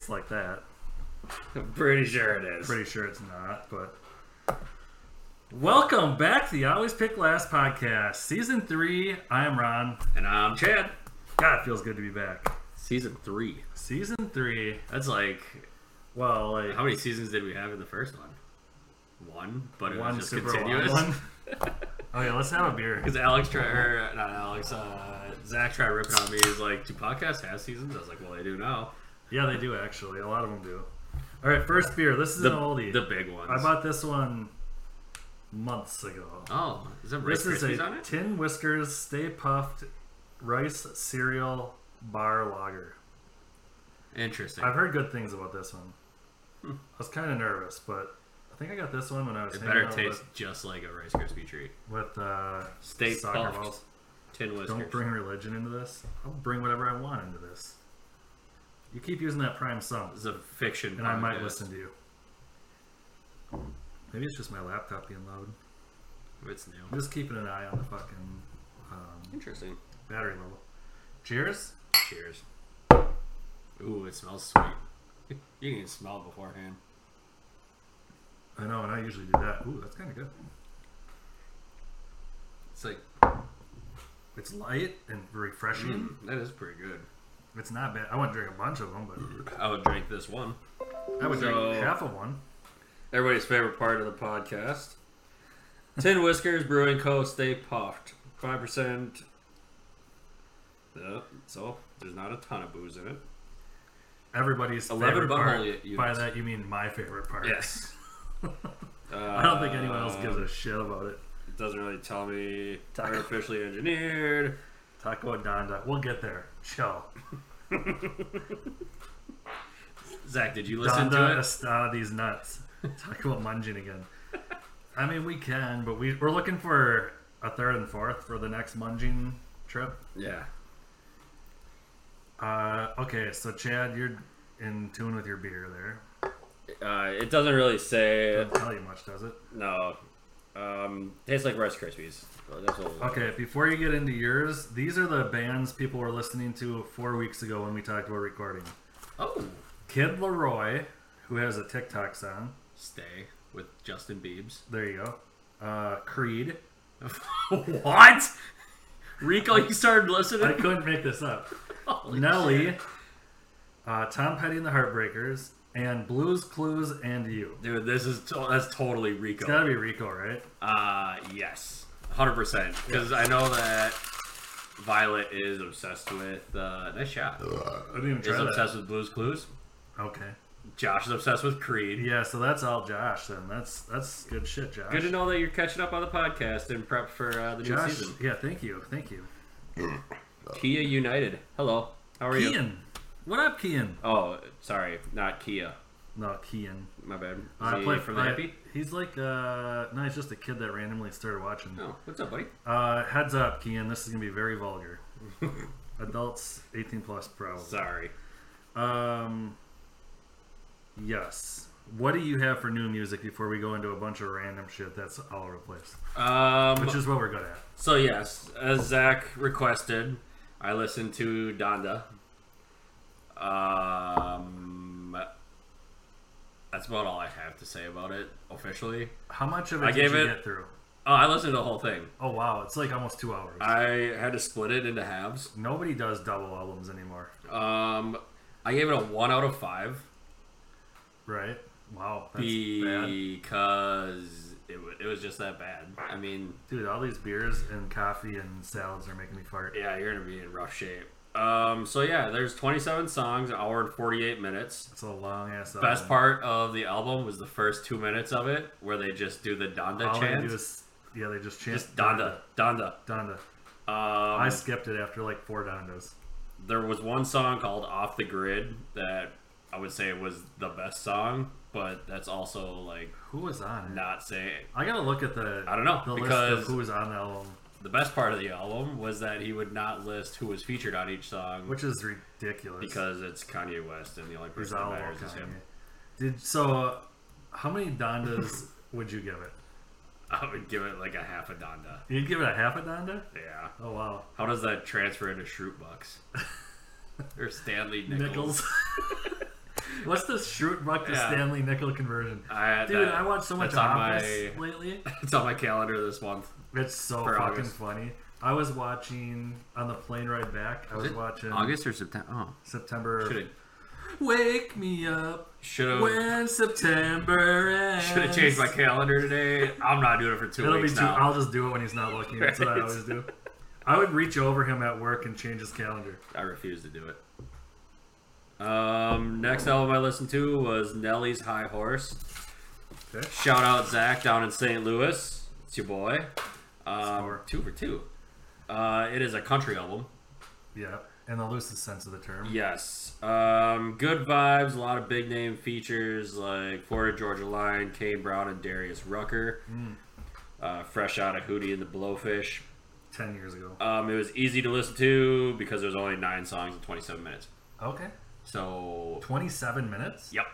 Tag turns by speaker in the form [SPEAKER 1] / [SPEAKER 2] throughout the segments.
[SPEAKER 1] it's like that.
[SPEAKER 2] I'm pretty sure it is.
[SPEAKER 1] Pretty sure it's not, but. Welcome back to the Always Pick Last podcast, season three. I am Ron.
[SPEAKER 2] And I'm Chad.
[SPEAKER 1] God, it feels good to be back.
[SPEAKER 2] Season three.
[SPEAKER 1] Season three.
[SPEAKER 2] That's like
[SPEAKER 1] Well, like
[SPEAKER 2] how many seasons did we have in the first one? One, but it
[SPEAKER 1] one
[SPEAKER 2] was just
[SPEAKER 1] super
[SPEAKER 2] continuous.
[SPEAKER 1] long one. oh yeah, let's have a beer.
[SPEAKER 2] Because Alex tried, or not Alex, uh, Zach tried ripping on me. He's like, "Do podcasts have seasons?" I was like, "Well, they do now."
[SPEAKER 1] Yeah, they do actually. A lot of them do. All right, first beer. This is
[SPEAKER 2] The,
[SPEAKER 1] an oldie.
[SPEAKER 2] the big ones.
[SPEAKER 1] I bought this one months ago.
[SPEAKER 2] oh, is that Rice
[SPEAKER 1] This is
[SPEAKER 2] Krispies
[SPEAKER 1] a
[SPEAKER 2] on it?
[SPEAKER 1] Tin Whiskers Stay Puffed Rice Cereal Bar Lager.
[SPEAKER 2] Interesting.
[SPEAKER 1] I've heard good things about this one. I was kind of nervous, but I think I got this one when I was
[SPEAKER 2] it
[SPEAKER 1] hanging
[SPEAKER 2] better
[SPEAKER 1] out
[SPEAKER 2] taste just like a Rice Krispie treat.
[SPEAKER 1] with, with uh,
[SPEAKER 2] Stay
[SPEAKER 1] soccer
[SPEAKER 2] puffed.
[SPEAKER 1] balls.
[SPEAKER 2] Tin whiskers.
[SPEAKER 1] Don't bring religion into this. I'll bring whatever I want into this. You keep using that prime sum,
[SPEAKER 2] This is a fiction.
[SPEAKER 1] and I might
[SPEAKER 2] podcast.
[SPEAKER 1] listen to you. Maybe it's just my laptop being loud.
[SPEAKER 2] It's
[SPEAKER 1] I'm
[SPEAKER 2] new.
[SPEAKER 1] just keeping an eye on the fucking um,
[SPEAKER 2] Interesting.
[SPEAKER 1] battery level. Cheers.
[SPEAKER 2] Cheers. Ooh, it smells sweet. You can smell it beforehand.
[SPEAKER 1] I know, and I usually do that. Ooh, that's kind of good.
[SPEAKER 2] It's like
[SPEAKER 1] It's light and refreshing.
[SPEAKER 2] mm, that is pretty good.
[SPEAKER 1] It's not bad. I wouldn't drink a bunch of them, but
[SPEAKER 2] I would drink this one.
[SPEAKER 1] I would
[SPEAKER 2] So-
[SPEAKER 1] drink half of one.
[SPEAKER 2] Everybody's favorite part of the podcast. Tin Whiskers Brewing Co. Stay puffed. Five percent. So there's not a ton of booze in it.
[SPEAKER 1] Everybody's
[SPEAKER 2] 11
[SPEAKER 1] favorite
[SPEAKER 2] butthole
[SPEAKER 1] part.
[SPEAKER 2] y-
[SPEAKER 1] By
[SPEAKER 2] units.
[SPEAKER 1] that you mean my favorite part.
[SPEAKER 2] Yes.
[SPEAKER 1] I don't think anyone else gives a shit about it.
[SPEAKER 2] It Um, doesn't really tell me.
[SPEAKER 1] Taco.
[SPEAKER 2] Artificially engineered.
[SPEAKER 1] Taco Donda. We'll get there. Chill.
[SPEAKER 2] Zach, did you listen
[SPEAKER 1] Donda
[SPEAKER 2] to it?
[SPEAKER 1] está these nuts. Talk about munging again. I mean, we can, but we, we're looking for a third and fourth for the next munging trip.
[SPEAKER 2] Yeah.
[SPEAKER 1] Uh, okay, so Chad, you're in tune with your beer there.
[SPEAKER 2] Uh, it doesn't really say.
[SPEAKER 1] Doesn't tell you much, does it?
[SPEAKER 2] No. Um, tastes like Rice Krispies. Oh, that's what-
[SPEAKER 1] Okay, before you get into yours, these are the bands people were listening to four weeks ago when we talked about recording.
[SPEAKER 2] Oh.
[SPEAKER 1] Kid Leroy, who has a TikTok song.
[SPEAKER 2] Stay with Justin Biebs.
[SPEAKER 1] There you go. Uh, Creed.
[SPEAKER 2] what? Rico, you started
[SPEAKER 1] I
[SPEAKER 2] listening?
[SPEAKER 1] couldn't make this up.
[SPEAKER 2] Holy
[SPEAKER 1] Nelly,
[SPEAKER 2] shit.
[SPEAKER 1] uh, Tom Petty and the Heartbreakers, and Blues Clues and You.
[SPEAKER 2] Dude, this is to- that's totally
[SPEAKER 1] It's gotta
[SPEAKER 2] Rico.
[SPEAKER 1] be Rico, right?
[SPEAKER 2] Uh, yes. 100%. Because I know that Violet is obsessed with. Uh, nice shot.
[SPEAKER 1] I didn't even
[SPEAKER 2] Is
[SPEAKER 1] try that.
[SPEAKER 2] obsessed with Blues Clues.
[SPEAKER 1] Okay.
[SPEAKER 2] Josh is obsessed with Creed.
[SPEAKER 1] Yeah, so that's all Josh then. That's that's good shit, Josh.
[SPEAKER 2] Good to know that you're catching up on the podcast and prep for uh, the new
[SPEAKER 1] Josh,
[SPEAKER 2] season.
[SPEAKER 1] yeah, thank you, thank you.
[SPEAKER 2] Kia United. Hello. How are you?
[SPEAKER 1] Kian, what up, Kian?
[SPEAKER 2] Oh, sorry, not Kia.
[SPEAKER 1] No, Kian.
[SPEAKER 2] My bad. Is
[SPEAKER 1] I
[SPEAKER 2] he
[SPEAKER 1] play
[SPEAKER 2] from the
[SPEAKER 1] I-
[SPEAKER 2] hippie?
[SPEAKER 1] He's like uh, no, he's just a kid that randomly started watching.
[SPEAKER 2] No. What's up, buddy?
[SPEAKER 1] Uh, heads up, Kian, this is gonna be very vulgar. Adults, eighteen plus, probably.
[SPEAKER 2] Sorry.
[SPEAKER 1] Um, yes. What do you have for new music before we go into a bunch of random shit that's all over the place?
[SPEAKER 2] Um.
[SPEAKER 1] Which is what we're good at.
[SPEAKER 2] So yes, as Zach requested, I listened to Donda. Um. That's about all I have to say about it officially.
[SPEAKER 1] How much of it
[SPEAKER 2] I
[SPEAKER 1] did
[SPEAKER 2] gave
[SPEAKER 1] you
[SPEAKER 2] it-
[SPEAKER 1] get through?
[SPEAKER 2] Oh, I listened to the whole thing.
[SPEAKER 1] Oh wow, it's like almost two hours.
[SPEAKER 2] I had to split it into halves.
[SPEAKER 1] Nobody does double albums anymore,
[SPEAKER 2] Um, I gave it a one out of five.
[SPEAKER 1] right? Wow, that's bad.
[SPEAKER 2] because it, wa- it was just that bad. I mean,
[SPEAKER 1] Dude, all these beers and coffee and salads are making me fart.
[SPEAKER 2] yeah, you're gonna be in rough shape. Um, so yeah, there's 27 songs, an hour and 48 minutes.
[SPEAKER 1] It's a long ass album.
[SPEAKER 2] Best part of the album was the first two minutes of it, where they just do the Donda
[SPEAKER 1] All they
[SPEAKER 2] chant.
[SPEAKER 1] do is, yeah, they just chant
[SPEAKER 2] just Donda, Donda.
[SPEAKER 1] Donda.
[SPEAKER 2] Um,
[SPEAKER 1] I skipped it after like four Dondas.
[SPEAKER 2] there was one song called "Off the Grid" that I would say was the best song, but that's also like
[SPEAKER 1] Who was on it?
[SPEAKER 2] not saying.
[SPEAKER 1] I gotta look at the
[SPEAKER 2] I don't know,
[SPEAKER 1] the list
[SPEAKER 2] because-
[SPEAKER 1] of who was on the album,
[SPEAKER 2] The best part of the album was that he would not list who was featured on each song.
[SPEAKER 1] which is ridiculous.
[SPEAKER 2] Because it's Kanye West, and the only
[SPEAKER 1] It's
[SPEAKER 2] person that
[SPEAKER 1] all
[SPEAKER 2] matters
[SPEAKER 1] about
[SPEAKER 2] is him.
[SPEAKER 1] Kanye. Did so? Uh, how many Dondas would you give it?
[SPEAKER 2] I would give it like a half a donda.
[SPEAKER 1] You'd give it a half a Donda?
[SPEAKER 2] Yeah.
[SPEAKER 1] Oh wow,
[SPEAKER 2] How does that transfer into Shroot Bucks? or Stanley Nichols?
[SPEAKER 1] Nickels. Let's just shoot Buck to
[SPEAKER 2] Yeah.
[SPEAKER 1] Stanley nickel conversion.
[SPEAKER 2] I,
[SPEAKER 1] Dude,
[SPEAKER 2] that-
[SPEAKER 1] I watch so much
[SPEAKER 2] that's on my-
[SPEAKER 1] Office lately.
[SPEAKER 2] It's on my calendar this month.
[SPEAKER 1] It's so
[SPEAKER 2] For
[SPEAKER 1] fucking
[SPEAKER 2] August.
[SPEAKER 1] funny. I was watching on the plane ride back. I was
[SPEAKER 3] it
[SPEAKER 1] watching
[SPEAKER 3] August or September? Oh,
[SPEAKER 1] September.
[SPEAKER 2] Should have
[SPEAKER 1] Wake me up
[SPEAKER 2] should have
[SPEAKER 1] when September ends.
[SPEAKER 2] should have changed my calendar today. I'm not doing it for 2
[SPEAKER 1] It'll be
[SPEAKER 2] weeks
[SPEAKER 1] too.
[SPEAKER 2] now.
[SPEAKER 1] I'll just do it when he's not looking. That's what I
[SPEAKER 2] Right.
[SPEAKER 1] always do. I would reach over him at work and change his calendar.
[SPEAKER 2] I refuse to do it. Um, next album I listened to was Nelly's High Horse.
[SPEAKER 1] Okay.
[SPEAKER 2] Shout out Zach down in St. Louis. It's your boy. Um,
[SPEAKER 1] Score.
[SPEAKER 2] two for two. Uh, it is a country album.
[SPEAKER 1] Yeah, in the loosest sense of the term.
[SPEAKER 2] Yes. Um, good vibes. A lot of big name features like Florida Georgia Line, Kane Brown, and Darius Rucker.
[SPEAKER 1] Mm.
[SPEAKER 2] Uh, fresh out of Hootie and the Blowfish.
[SPEAKER 1] Ten years ago.
[SPEAKER 2] Um, it was easy to listen to because there's only nine songs in 27 minutes.
[SPEAKER 1] Okay.
[SPEAKER 2] So,
[SPEAKER 1] Twenty-seven minutes.
[SPEAKER 2] yep.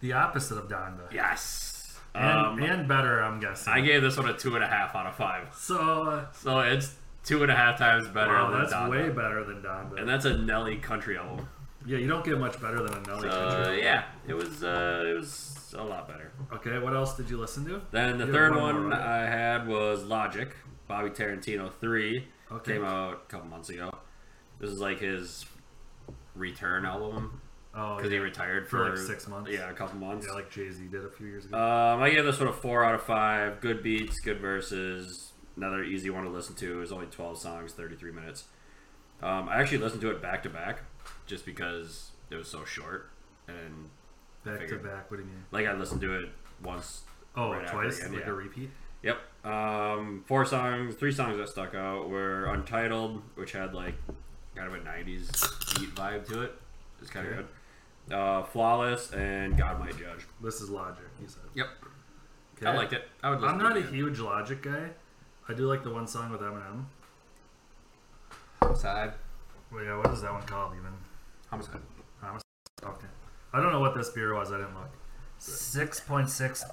[SPEAKER 1] The opposite of Donda.
[SPEAKER 2] Yes.
[SPEAKER 1] And,
[SPEAKER 2] Um,
[SPEAKER 1] and better, I'm guessing.
[SPEAKER 2] I gave this one a two and a half out of five.
[SPEAKER 1] so uh,
[SPEAKER 2] So it's two and a half times better
[SPEAKER 1] wow,
[SPEAKER 2] than
[SPEAKER 1] that's
[SPEAKER 2] Donda.
[SPEAKER 1] way better than Donda.
[SPEAKER 2] and that's a Nelly country album.
[SPEAKER 1] yeah, you don't get much better than another.
[SPEAKER 2] Uh,
[SPEAKER 1] country.
[SPEAKER 2] yeah, it was uh, it was a lot better.
[SPEAKER 1] Okay, what else did you listen to?
[SPEAKER 2] Then the
[SPEAKER 1] You have
[SPEAKER 2] third
[SPEAKER 1] one
[SPEAKER 2] one,
[SPEAKER 1] more, right?
[SPEAKER 2] I had was Logic, Bobby Tarantino three.
[SPEAKER 1] Okay.
[SPEAKER 2] Came out a couple months ago. This is like his return album
[SPEAKER 1] Oh,
[SPEAKER 2] because
[SPEAKER 1] yeah.
[SPEAKER 2] he retired
[SPEAKER 1] For,
[SPEAKER 2] for,
[SPEAKER 1] like, six months.
[SPEAKER 2] Yeah, a couple months.
[SPEAKER 1] yeah, like Jay Z did a few years ago.
[SPEAKER 2] Um, I gave this one a four out of five. Good beats, good verses. Another easy one to listen to. It was only twelve songs, thirty-three minutes. Um, I actually listened to it back to back, just because it was so short. And
[SPEAKER 1] back to
[SPEAKER 2] figured.
[SPEAKER 1] back. What do you mean?
[SPEAKER 2] like I listened to it once.
[SPEAKER 1] Oh,
[SPEAKER 2] right after
[SPEAKER 1] twice,
[SPEAKER 2] again,
[SPEAKER 1] like
[SPEAKER 2] yeah.
[SPEAKER 1] a repeat.
[SPEAKER 2] Yep. Um, four songs, three songs that stuck out were Untitled, which had like kind of a '90s beat vibe to it. It was kind of
[SPEAKER 1] Okay.
[SPEAKER 2] good. Uh, Flawless and God Might Judge.
[SPEAKER 1] This is Logic. You said.
[SPEAKER 2] Yep.
[SPEAKER 1] Okay.
[SPEAKER 2] I liked it. I would. Listen
[SPEAKER 1] I'm
[SPEAKER 2] to
[SPEAKER 1] not
[SPEAKER 2] it
[SPEAKER 1] a
[SPEAKER 2] again.
[SPEAKER 1] huge Logic guy. I do like the one song with Eminem.
[SPEAKER 3] homicide,
[SPEAKER 1] Well, yeah, what is that one called even?
[SPEAKER 3] homicide.
[SPEAKER 1] Okay. I don't know what this beer was. I didn't look. 6.6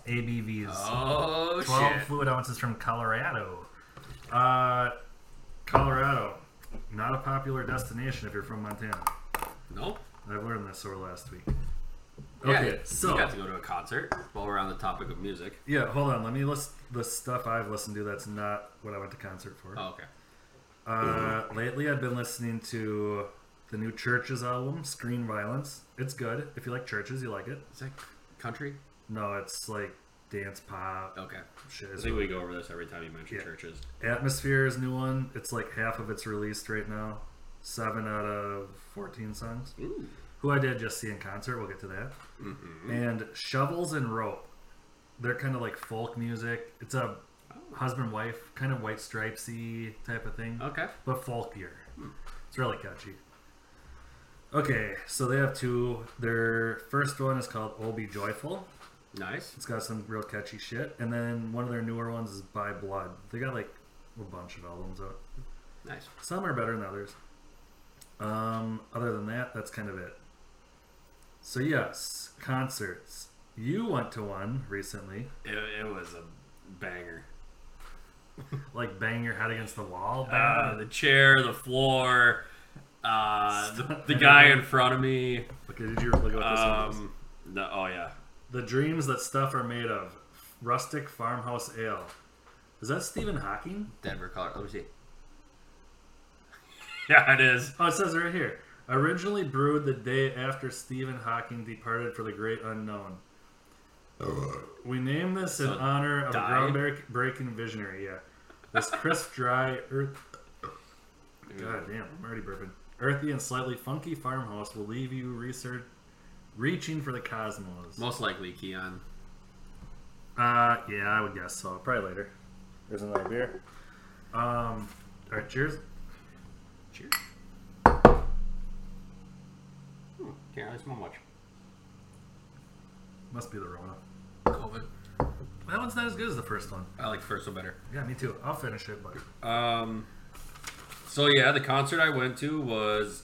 [SPEAKER 1] ABVs.
[SPEAKER 3] Oh
[SPEAKER 1] 12 fluid ounces from Colorado. Uh, Colorado, not a popular destination if you're from Montana.
[SPEAKER 2] Nope.
[SPEAKER 1] I've learned this over last week.
[SPEAKER 2] Yeah,
[SPEAKER 1] Okay,
[SPEAKER 2] you
[SPEAKER 1] so
[SPEAKER 2] got to go to a concert while we're on the topic of music.
[SPEAKER 1] yeah, hold on. Let me list the stuff I've listened to. That's not what I went to concert for.
[SPEAKER 2] Oh, okay.
[SPEAKER 1] Uh, lately, I've been listening to the new Churches album, Screen Violence. It's good. If you like Churches, you like it.
[SPEAKER 2] Is that country?
[SPEAKER 1] No, it's like dance pop
[SPEAKER 2] Okay.
[SPEAKER 1] shit.
[SPEAKER 2] I think we go over this every time you mention
[SPEAKER 1] Yeah.
[SPEAKER 2] churches.
[SPEAKER 1] Atmosphere is a new one. It's like half of it's released right now. Seven out of fourteen songs.
[SPEAKER 2] Ooh.
[SPEAKER 1] Who I did just see in concert. We'll get to that. And shovels and rope. They're kind of like folk music. It's a husband wife kind of white stripesy type of thing,
[SPEAKER 2] Okay.
[SPEAKER 1] but folkier. It's really catchy. Okay, so they have two. Their first one is called "Oh Be Joyful."
[SPEAKER 2] Nice.
[SPEAKER 1] It's got some real catchy shit. And then one of their newer ones is By Blood. They got like a bunch of albums out.
[SPEAKER 2] Nice.
[SPEAKER 1] Some are better than others. Um, other than that, that's kind of it. So yes, concerts. You went to one recently,
[SPEAKER 2] It, it was a banger.
[SPEAKER 1] like bang your head against the wall.
[SPEAKER 2] Uh,
[SPEAKER 1] bang.
[SPEAKER 2] the chair, the floor, uh, the, the
[SPEAKER 1] Stop.
[SPEAKER 2] guy in front of me.
[SPEAKER 1] okay, did you really go with this one? was?
[SPEAKER 2] Um, no, oh yeah.
[SPEAKER 1] The dreams that stuff are made of. Rustic farmhouse ale. Is that Stephen Hawking?
[SPEAKER 3] Denver, Colorado. Let me see.
[SPEAKER 2] Yeah, it is.
[SPEAKER 1] Oh, it says it right here. Originally brewed the day after Stephen Hawking departed for the great unknown. We name this in
[SPEAKER 2] So,
[SPEAKER 1] honor of a
[SPEAKER 2] died?
[SPEAKER 1] groundbreaking visionary. Yeah, this crisp, dry, earth. God damn, I'm already burping. Earthy and slightly funky farmhouse will leave you research, reaching for the cosmos. Uh,
[SPEAKER 2] Most likely Keon.
[SPEAKER 1] yeah, I would guess so. Probably later. There's another beer. Um, all right, cheers.
[SPEAKER 2] Cheers. Hmm, can't really smell much.
[SPEAKER 1] Must be the Rona.
[SPEAKER 2] COVID.
[SPEAKER 1] That one's not as good as the first one.
[SPEAKER 2] I like the first one better.
[SPEAKER 1] Yeah, me too. I'll finish it, but
[SPEAKER 2] Um, so yeah, the concert I went to was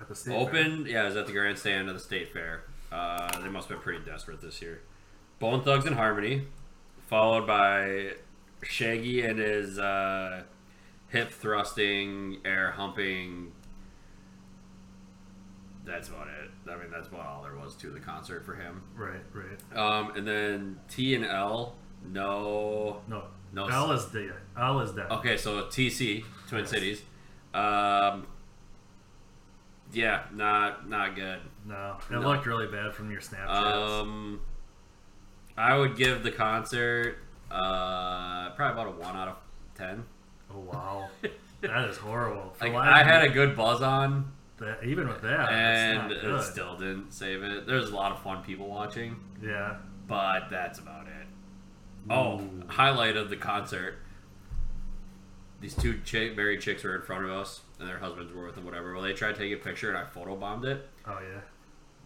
[SPEAKER 1] at the state
[SPEAKER 2] open. Yeah, it was at the grandstand of the state fair. Uh, they must have been pretty desperate this year. Bone Thugs and Harmony, followed by Shaggy and his uh, hip thrusting, air humping. that's about it. I mean, that's about all there was to the concert for him.
[SPEAKER 1] Right, right.
[SPEAKER 2] Um, and then T and L, no.
[SPEAKER 1] No,
[SPEAKER 2] No, Oh.
[SPEAKER 1] Al is dead. Al is dead.
[SPEAKER 2] Okay, so TC, Twin
[SPEAKER 1] Yes.
[SPEAKER 2] Cities. Um, yeah, not not good.
[SPEAKER 1] No, it
[SPEAKER 2] No.
[SPEAKER 1] looked really bad from your Snapchats.
[SPEAKER 2] Um, I would give the concert uh, probably about a one out of ten.
[SPEAKER 1] oh wow, that is horrible. For
[SPEAKER 2] Like
[SPEAKER 1] Lion
[SPEAKER 2] I had a
[SPEAKER 1] King,
[SPEAKER 2] good buzz on,
[SPEAKER 1] that, even with that,
[SPEAKER 2] and
[SPEAKER 1] it's
[SPEAKER 2] it
[SPEAKER 1] not
[SPEAKER 2] still didn't save it. There's a lot of fun people watching,
[SPEAKER 1] good. yeah,
[SPEAKER 2] but that's about it. Oh, highlight of the concert. These two chick, married chicks were in front of us, and their husbands were with them, whatever. Well, they tried to take a picture, and I photobombed it.
[SPEAKER 1] oh yeah,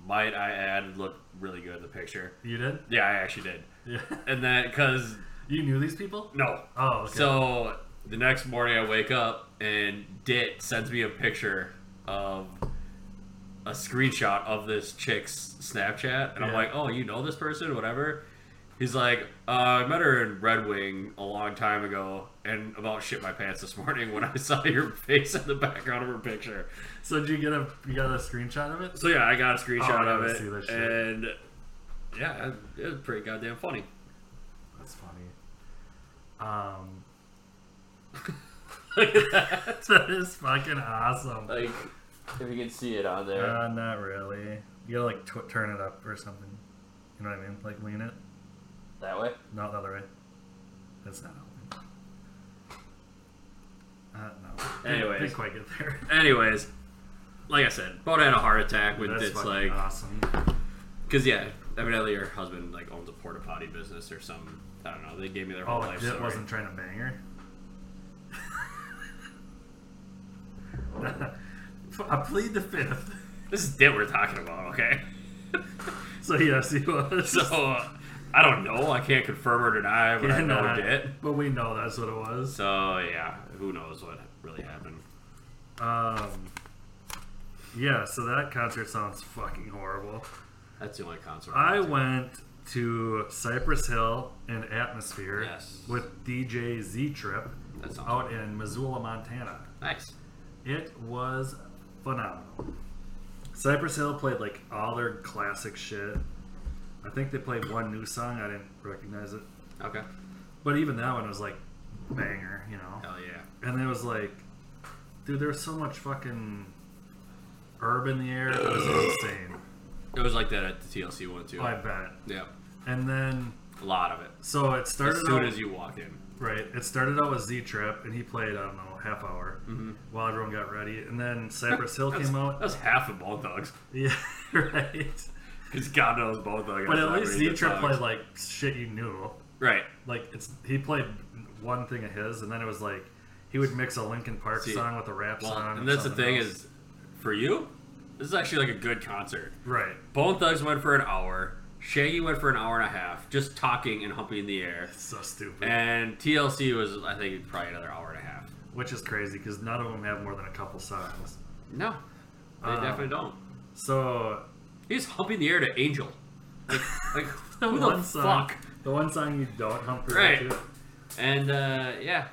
[SPEAKER 2] Might I add, looked really good in the picture.
[SPEAKER 1] you did.
[SPEAKER 2] Yeah, I actually did.
[SPEAKER 1] Yeah,
[SPEAKER 2] And then, because,
[SPEAKER 1] you knew these people.
[SPEAKER 2] no,
[SPEAKER 1] Oh, okay.
[SPEAKER 2] Mm. So the next morning, I wake up and Dit sends me a picture of a screenshot of this chick's Snapchat, and I'm
[SPEAKER 1] Yeah.
[SPEAKER 2] like, "Oh, you know this person, whatever." He's like, uh, "I met her in Red Wing a long time ago, and about shit my pants this morning when I saw your face in the background of her picture."
[SPEAKER 1] so did you get a you got a screenshot of it?
[SPEAKER 2] So yeah, I got a screenshot
[SPEAKER 1] Oh, I
[SPEAKER 2] of
[SPEAKER 1] gotta
[SPEAKER 2] it,
[SPEAKER 1] see this shit.
[SPEAKER 2] and yeah, it it was pretty goddamn funny.
[SPEAKER 1] That's funny. Um,
[SPEAKER 2] Look at that.
[SPEAKER 1] that is fucking awesome.
[SPEAKER 2] Like, if you can see it on there.
[SPEAKER 1] Uh, not really. You gotta like tw- turn it up or something. You know what I mean? Like lean it.
[SPEAKER 2] That way?
[SPEAKER 1] No, the other way. That's not helping. Uh, no.
[SPEAKER 2] Anyways.
[SPEAKER 1] didn't quite get there.
[SPEAKER 2] Anyways, like I said, Boda had a heart attack when
[SPEAKER 1] That's
[SPEAKER 2] it's
[SPEAKER 1] fucking
[SPEAKER 2] like,
[SPEAKER 1] awesome.
[SPEAKER 2] because yeah, evidently her husband like owns a porta potty business or some. I don't know. They gave me their whole
[SPEAKER 1] Oh,
[SPEAKER 2] life
[SPEAKER 1] it
[SPEAKER 2] story.
[SPEAKER 1] wasn't trying to bang her. I plead the fifth.
[SPEAKER 2] This is Dit we're talking about, okay?
[SPEAKER 1] So yes, he was.
[SPEAKER 2] So I don't know. I can't confirm or deny, but I know
[SPEAKER 1] Cannot-
[SPEAKER 2] Dit.
[SPEAKER 1] but we know that's what it was.
[SPEAKER 2] So yeah, who knows what really happened?
[SPEAKER 1] Um, yeah, so that concert sounds fucking horrible.
[SPEAKER 2] That's the only concert
[SPEAKER 1] I
[SPEAKER 2] went
[SPEAKER 1] went to Cypress Hill and Atmosphere
[SPEAKER 2] Yes.
[SPEAKER 1] with DJ Z Trip
[SPEAKER 2] to. That sounds
[SPEAKER 1] out in Missoula, Montana.
[SPEAKER 2] nice.
[SPEAKER 1] It was phenomenal. Cypress Hill played like all their classic shit. I think they played one new song, I didn't recognize it.
[SPEAKER 2] Okay.
[SPEAKER 1] But even that one was like banger, you know?
[SPEAKER 2] Hell yeah.
[SPEAKER 1] And it was like, dude, there was so much fucking herb in the air. It was insane.
[SPEAKER 2] It was like that at the TLC one too.
[SPEAKER 1] I bet.
[SPEAKER 2] yeah,
[SPEAKER 1] And then,
[SPEAKER 2] a lot of it.
[SPEAKER 1] so it started
[SPEAKER 2] As soon
[SPEAKER 1] out-
[SPEAKER 2] as you walked in.
[SPEAKER 1] Right. It started out with Z Trip, and he played, I don't know, half hour while everyone got ready. And then Cypress Hill
[SPEAKER 2] Mm-hmm. That's-
[SPEAKER 1] came out.
[SPEAKER 2] That's half of Bone Thugs.
[SPEAKER 1] Yeah, right.
[SPEAKER 2] Because God knows both of them.
[SPEAKER 1] But at least Z Trip played like shit you knew.
[SPEAKER 2] right.
[SPEAKER 1] Like it's he played one thing of his, and then it was like he would mix a Linkin Park
[SPEAKER 2] See,
[SPEAKER 1] song with a rap
[SPEAKER 2] Well,
[SPEAKER 1] song.
[SPEAKER 2] and
[SPEAKER 1] or
[SPEAKER 2] that's the
[SPEAKER 1] something
[SPEAKER 2] thing
[SPEAKER 1] else.
[SPEAKER 2] is, for you, this is actually like a good concert.
[SPEAKER 1] right.
[SPEAKER 2] Bone Thugs went for an hour. Shaggy went for an hour and a half, just talking and humping in the air.
[SPEAKER 1] So stupid,
[SPEAKER 2] And TLC was, I think, probably another hour and a half.
[SPEAKER 1] which is crazy because none of them have more than a couple songs.
[SPEAKER 2] No, they
[SPEAKER 1] Um,
[SPEAKER 2] definitely don't.
[SPEAKER 1] So
[SPEAKER 2] He's humping the air to Angel. Like, like who the
[SPEAKER 1] one song,
[SPEAKER 2] fuck?
[SPEAKER 1] the one song you don't hump your
[SPEAKER 2] Right.
[SPEAKER 1] way to.
[SPEAKER 2] And uh, yeah,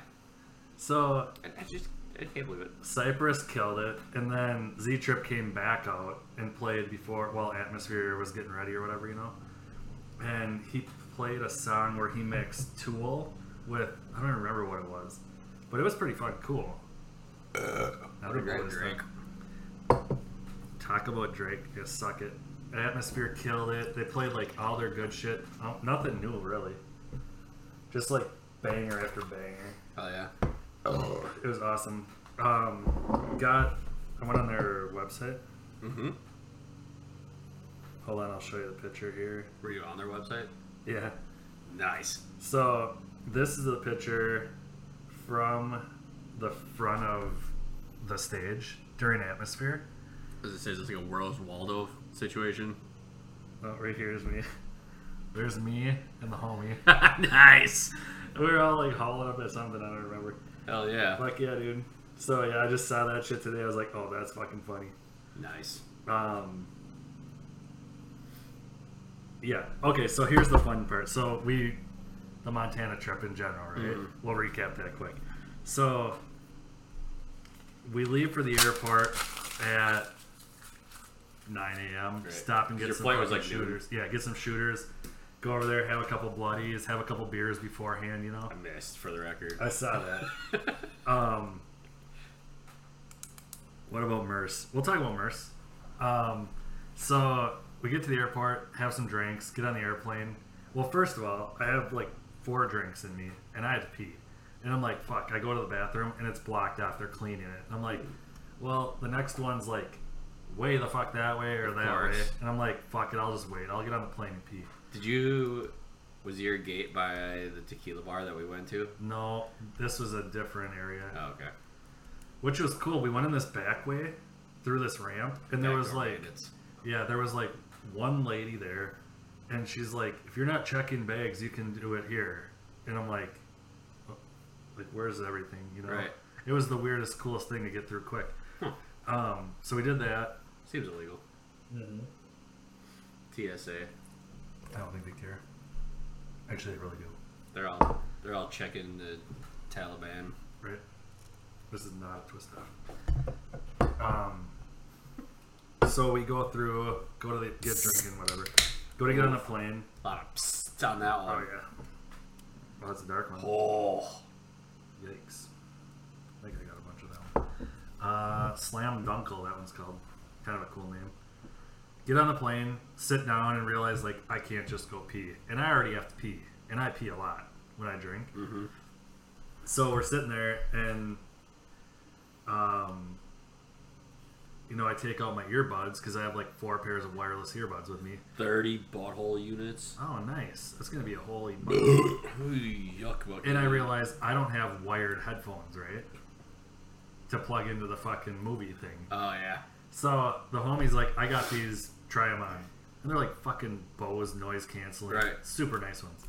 [SPEAKER 1] So
[SPEAKER 2] I, I just I can't believe it.
[SPEAKER 1] Cypress killed it, and then Z Trip came back out and played before while Atmosphere was getting ready or whatever, you know. And he played a song where he mixed Tool with I don't even remember what it was, but it was pretty fucking cool. Another blues thing. Talk about Drake, just suck it. Atmosphere killed it. They played like all their good shit. Oh, nothing new really, just like banger after banger.
[SPEAKER 2] Oh yeah.
[SPEAKER 1] It was awesome. Um, got I went on their website.
[SPEAKER 2] Mm-hmm.
[SPEAKER 1] Hold on, I'll show you the picture here.
[SPEAKER 2] Were you on their website?
[SPEAKER 1] Yeah.
[SPEAKER 2] Nice.
[SPEAKER 1] So this is the picture from the front of the stage during atmosphere.
[SPEAKER 2] Does it say it's like a World's Waldo situation?
[SPEAKER 1] Oh, right here is me. There's me and the homie.
[SPEAKER 2] nice.
[SPEAKER 1] we were all like hauling up at something I don't remember.
[SPEAKER 2] Hell yeah.
[SPEAKER 1] Fuck yeah, dude. So yeah, I just saw that shit today. I was like, oh, that's fucking funny.
[SPEAKER 2] Nice.
[SPEAKER 1] Um, yeah. Okay. So here's the fun part. So we, the Montana trip in general, right?
[SPEAKER 2] Mhm.
[SPEAKER 1] We'll recap that quick. So we leave for the airport at 9 a.m.
[SPEAKER 2] Right.
[SPEAKER 1] Stop and
[SPEAKER 2] 'Cause
[SPEAKER 1] get
[SPEAKER 2] your
[SPEAKER 1] some
[SPEAKER 2] flight was,
[SPEAKER 1] fucking
[SPEAKER 2] like, noon.
[SPEAKER 1] shooters. Yeah, get some shooters. Go over there, have a couple bloodies, have a couple beers beforehand. You know.
[SPEAKER 2] I missed for the record.
[SPEAKER 1] I saw that. um, what about Merce? We'll talk about Merce. Um, so we get to the airport, have some drinks, get on the airplane. Well, first of all, I have like four drinks in me, and I had to pee. And I'm like, fuck, I go to the bathroom, and it's blocked off. They're cleaning it. I'm like, well, the next one's like way the fuck that way or that way.
[SPEAKER 2] course.
[SPEAKER 1] And I'm like, fuck it, I'll just wait. I'll get on the plane and pee.
[SPEAKER 2] Did you? Was your gate by the tequila bar that we went to?
[SPEAKER 1] No, this was a different area.
[SPEAKER 2] Oh, okay.
[SPEAKER 1] which was cool. We went in this back way through this ramp, and there was
[SPEAKER 2] Backdoor
[SPEAKER 1] like,
[SPEAKER 2] bandits.
[SPEAKER 1] yeah, there was like one lady there, and she's like, if you're not checking bags, you can do it here. And I'm like, "Oh, like where's everything? You know,
[SPEAKER 2] Right.
[SPEAKER 1] it was the weirdest, coolest thing to get through quick.
[SPEAKER 2] Huh.
[SPEAKER 1] Um, so we did that.
[SPEAKER 2] Seems illegal.
[SPEAKER 1] Mm-hmm.
[SPEAKER 2] TSA.
[SPEAKER 1] I don't think they care. Actually, they really do.
[SPEAKER 2] They're all they're all checking the Taliban.
[SPEAKER 1] Right? This is not a twist off. Um. So we go through, go to the get drinking, whatever. Go to get on the plane.
[SPEAKER 2] A lot of psst on that
[SPEAKER 1] Oh
[SPEAKER 2] one.
[SPEAKER 1] yeah. Well, that's a dark one.
[SPEAKER 2] Oh,
[SPEAKER 1] Yikes. I think I got a bunch of that one. Uh, Slam Dunkle, that one's called. Kind of a cool name. Get on the plane, sit down, and realize like I can't just go pee, and I already have to pee, and I pee a lot when I drink.
[SPEAKER 2] Mhm.
[SPEAKER 1] So we're sitting there, and um, you know, I take out my earbuds because I have like four pairs of wireless earbuds with me.
[SPEAKER 2] thirty butthole units.
[SPEAKER 1] Oh, nice! That's gonna be a holy.
[SPEAKER 2] Ooh, yuck, yuck,
[SPEAKER 1] And I
[SPEAKER 2] yuck.
[SPEAKER 1] realized I don't have wired headphones, right? To plug into the fucking movie thing.
[SPEAKER 2] Oh yeah.
[SPEAKER 1] So the homie's like, I got these, try them on. And they're like fucking Bose noise canceling,
[SPEAKER 2] Right.
[SPEAKER 1] super nice ones.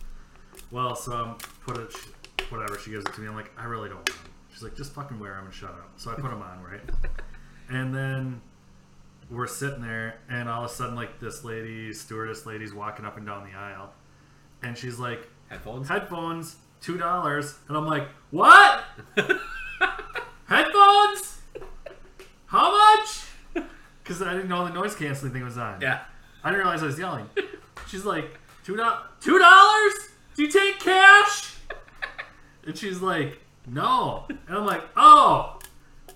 [SPEAKER 1] Well, so um, put it, whatever, she gives it to me. I'm like, I really don't want 'em." She's like, just fucking wear them and shut up. So I put them on, right? and then we're sitting there, and all of a sudden, like, this lady, stewardess lady's walking up and down the aisle. And she's like,
[SPEAKER 2] Headphones.
[SPEAKER 1] headphones, two dollars, and I'm like, what? headphones? How much? Because I didn't know the noise canceling thing was on.
[SPEAKER 2] yeah.
[SPEAKER 1] I didn't realize I was yelling. She's like, two dollars? Two dollars? Do you take cash? And she's like, no. And I'm like, oh,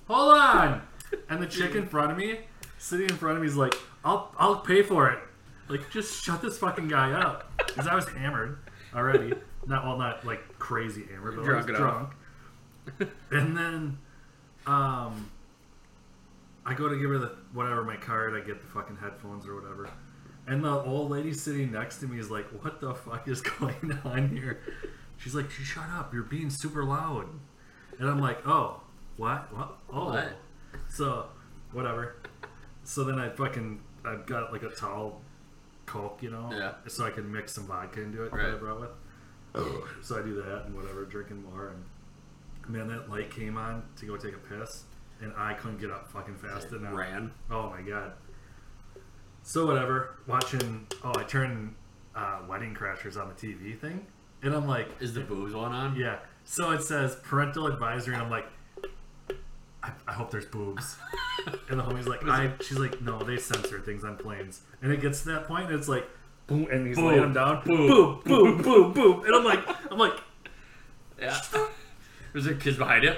[SPEAKER 1] hold on. And the chick in front of me, sitting in front of me, is like, I'll, I'll pay for it. Like, just shut this fucking guy up. Because I was hammered already. Not, well, not like crazy hammered, but
[SPEAKER 2] Drunk
[SPEAKER 1] I was
[SPEAKER 2] enough.
[SPEAKER 1] drunk. and then, um, I go to give her the whatever my card. I get the fucking headphones or whatever, and the old lady sitting next to me is like, "What the fuck is going on here?" She's like, "Shut up! You're being super loud," and I'm like, "Oh, what? What? Oh,
[SPEAKER 2] What?
[SPEAKER 1] so whatever." So then I fucking I got like a tall coke, you know,
[SPEAKER 2] Yeah.
[SPEAKER 1] so I can mix some vodka into it that I
[SPEAKER 2] Right.
[SPEAKER 1] brought with. So I do that and whatever, drinking more and man, that light came on to go take a piss, and I couldn't get up fucking fast enough.
[SPEAKER 2] Ran.
[SPEAKER 1] Oh my god. So whatever, watching. Oh, I turned uh, Wedding Crashers on the TV thing, and I'm like,
[SPEAKER 2] Is the booze one on?
[SPEAKER 1] yeah. So it says parental advisory, and I'm like, I, I hope there's boobs. And the homie's like, I. She's like, no, they censor things on planes. And it gets to that point, and it's like, boom, and he's laying him down, boom,
[SPEAKER 2] boom,
[SPEAKER 1] boom, boom, boom, and I'm like, I'm like,
[SPEAKER 2] Yeah. Was there kids behind it?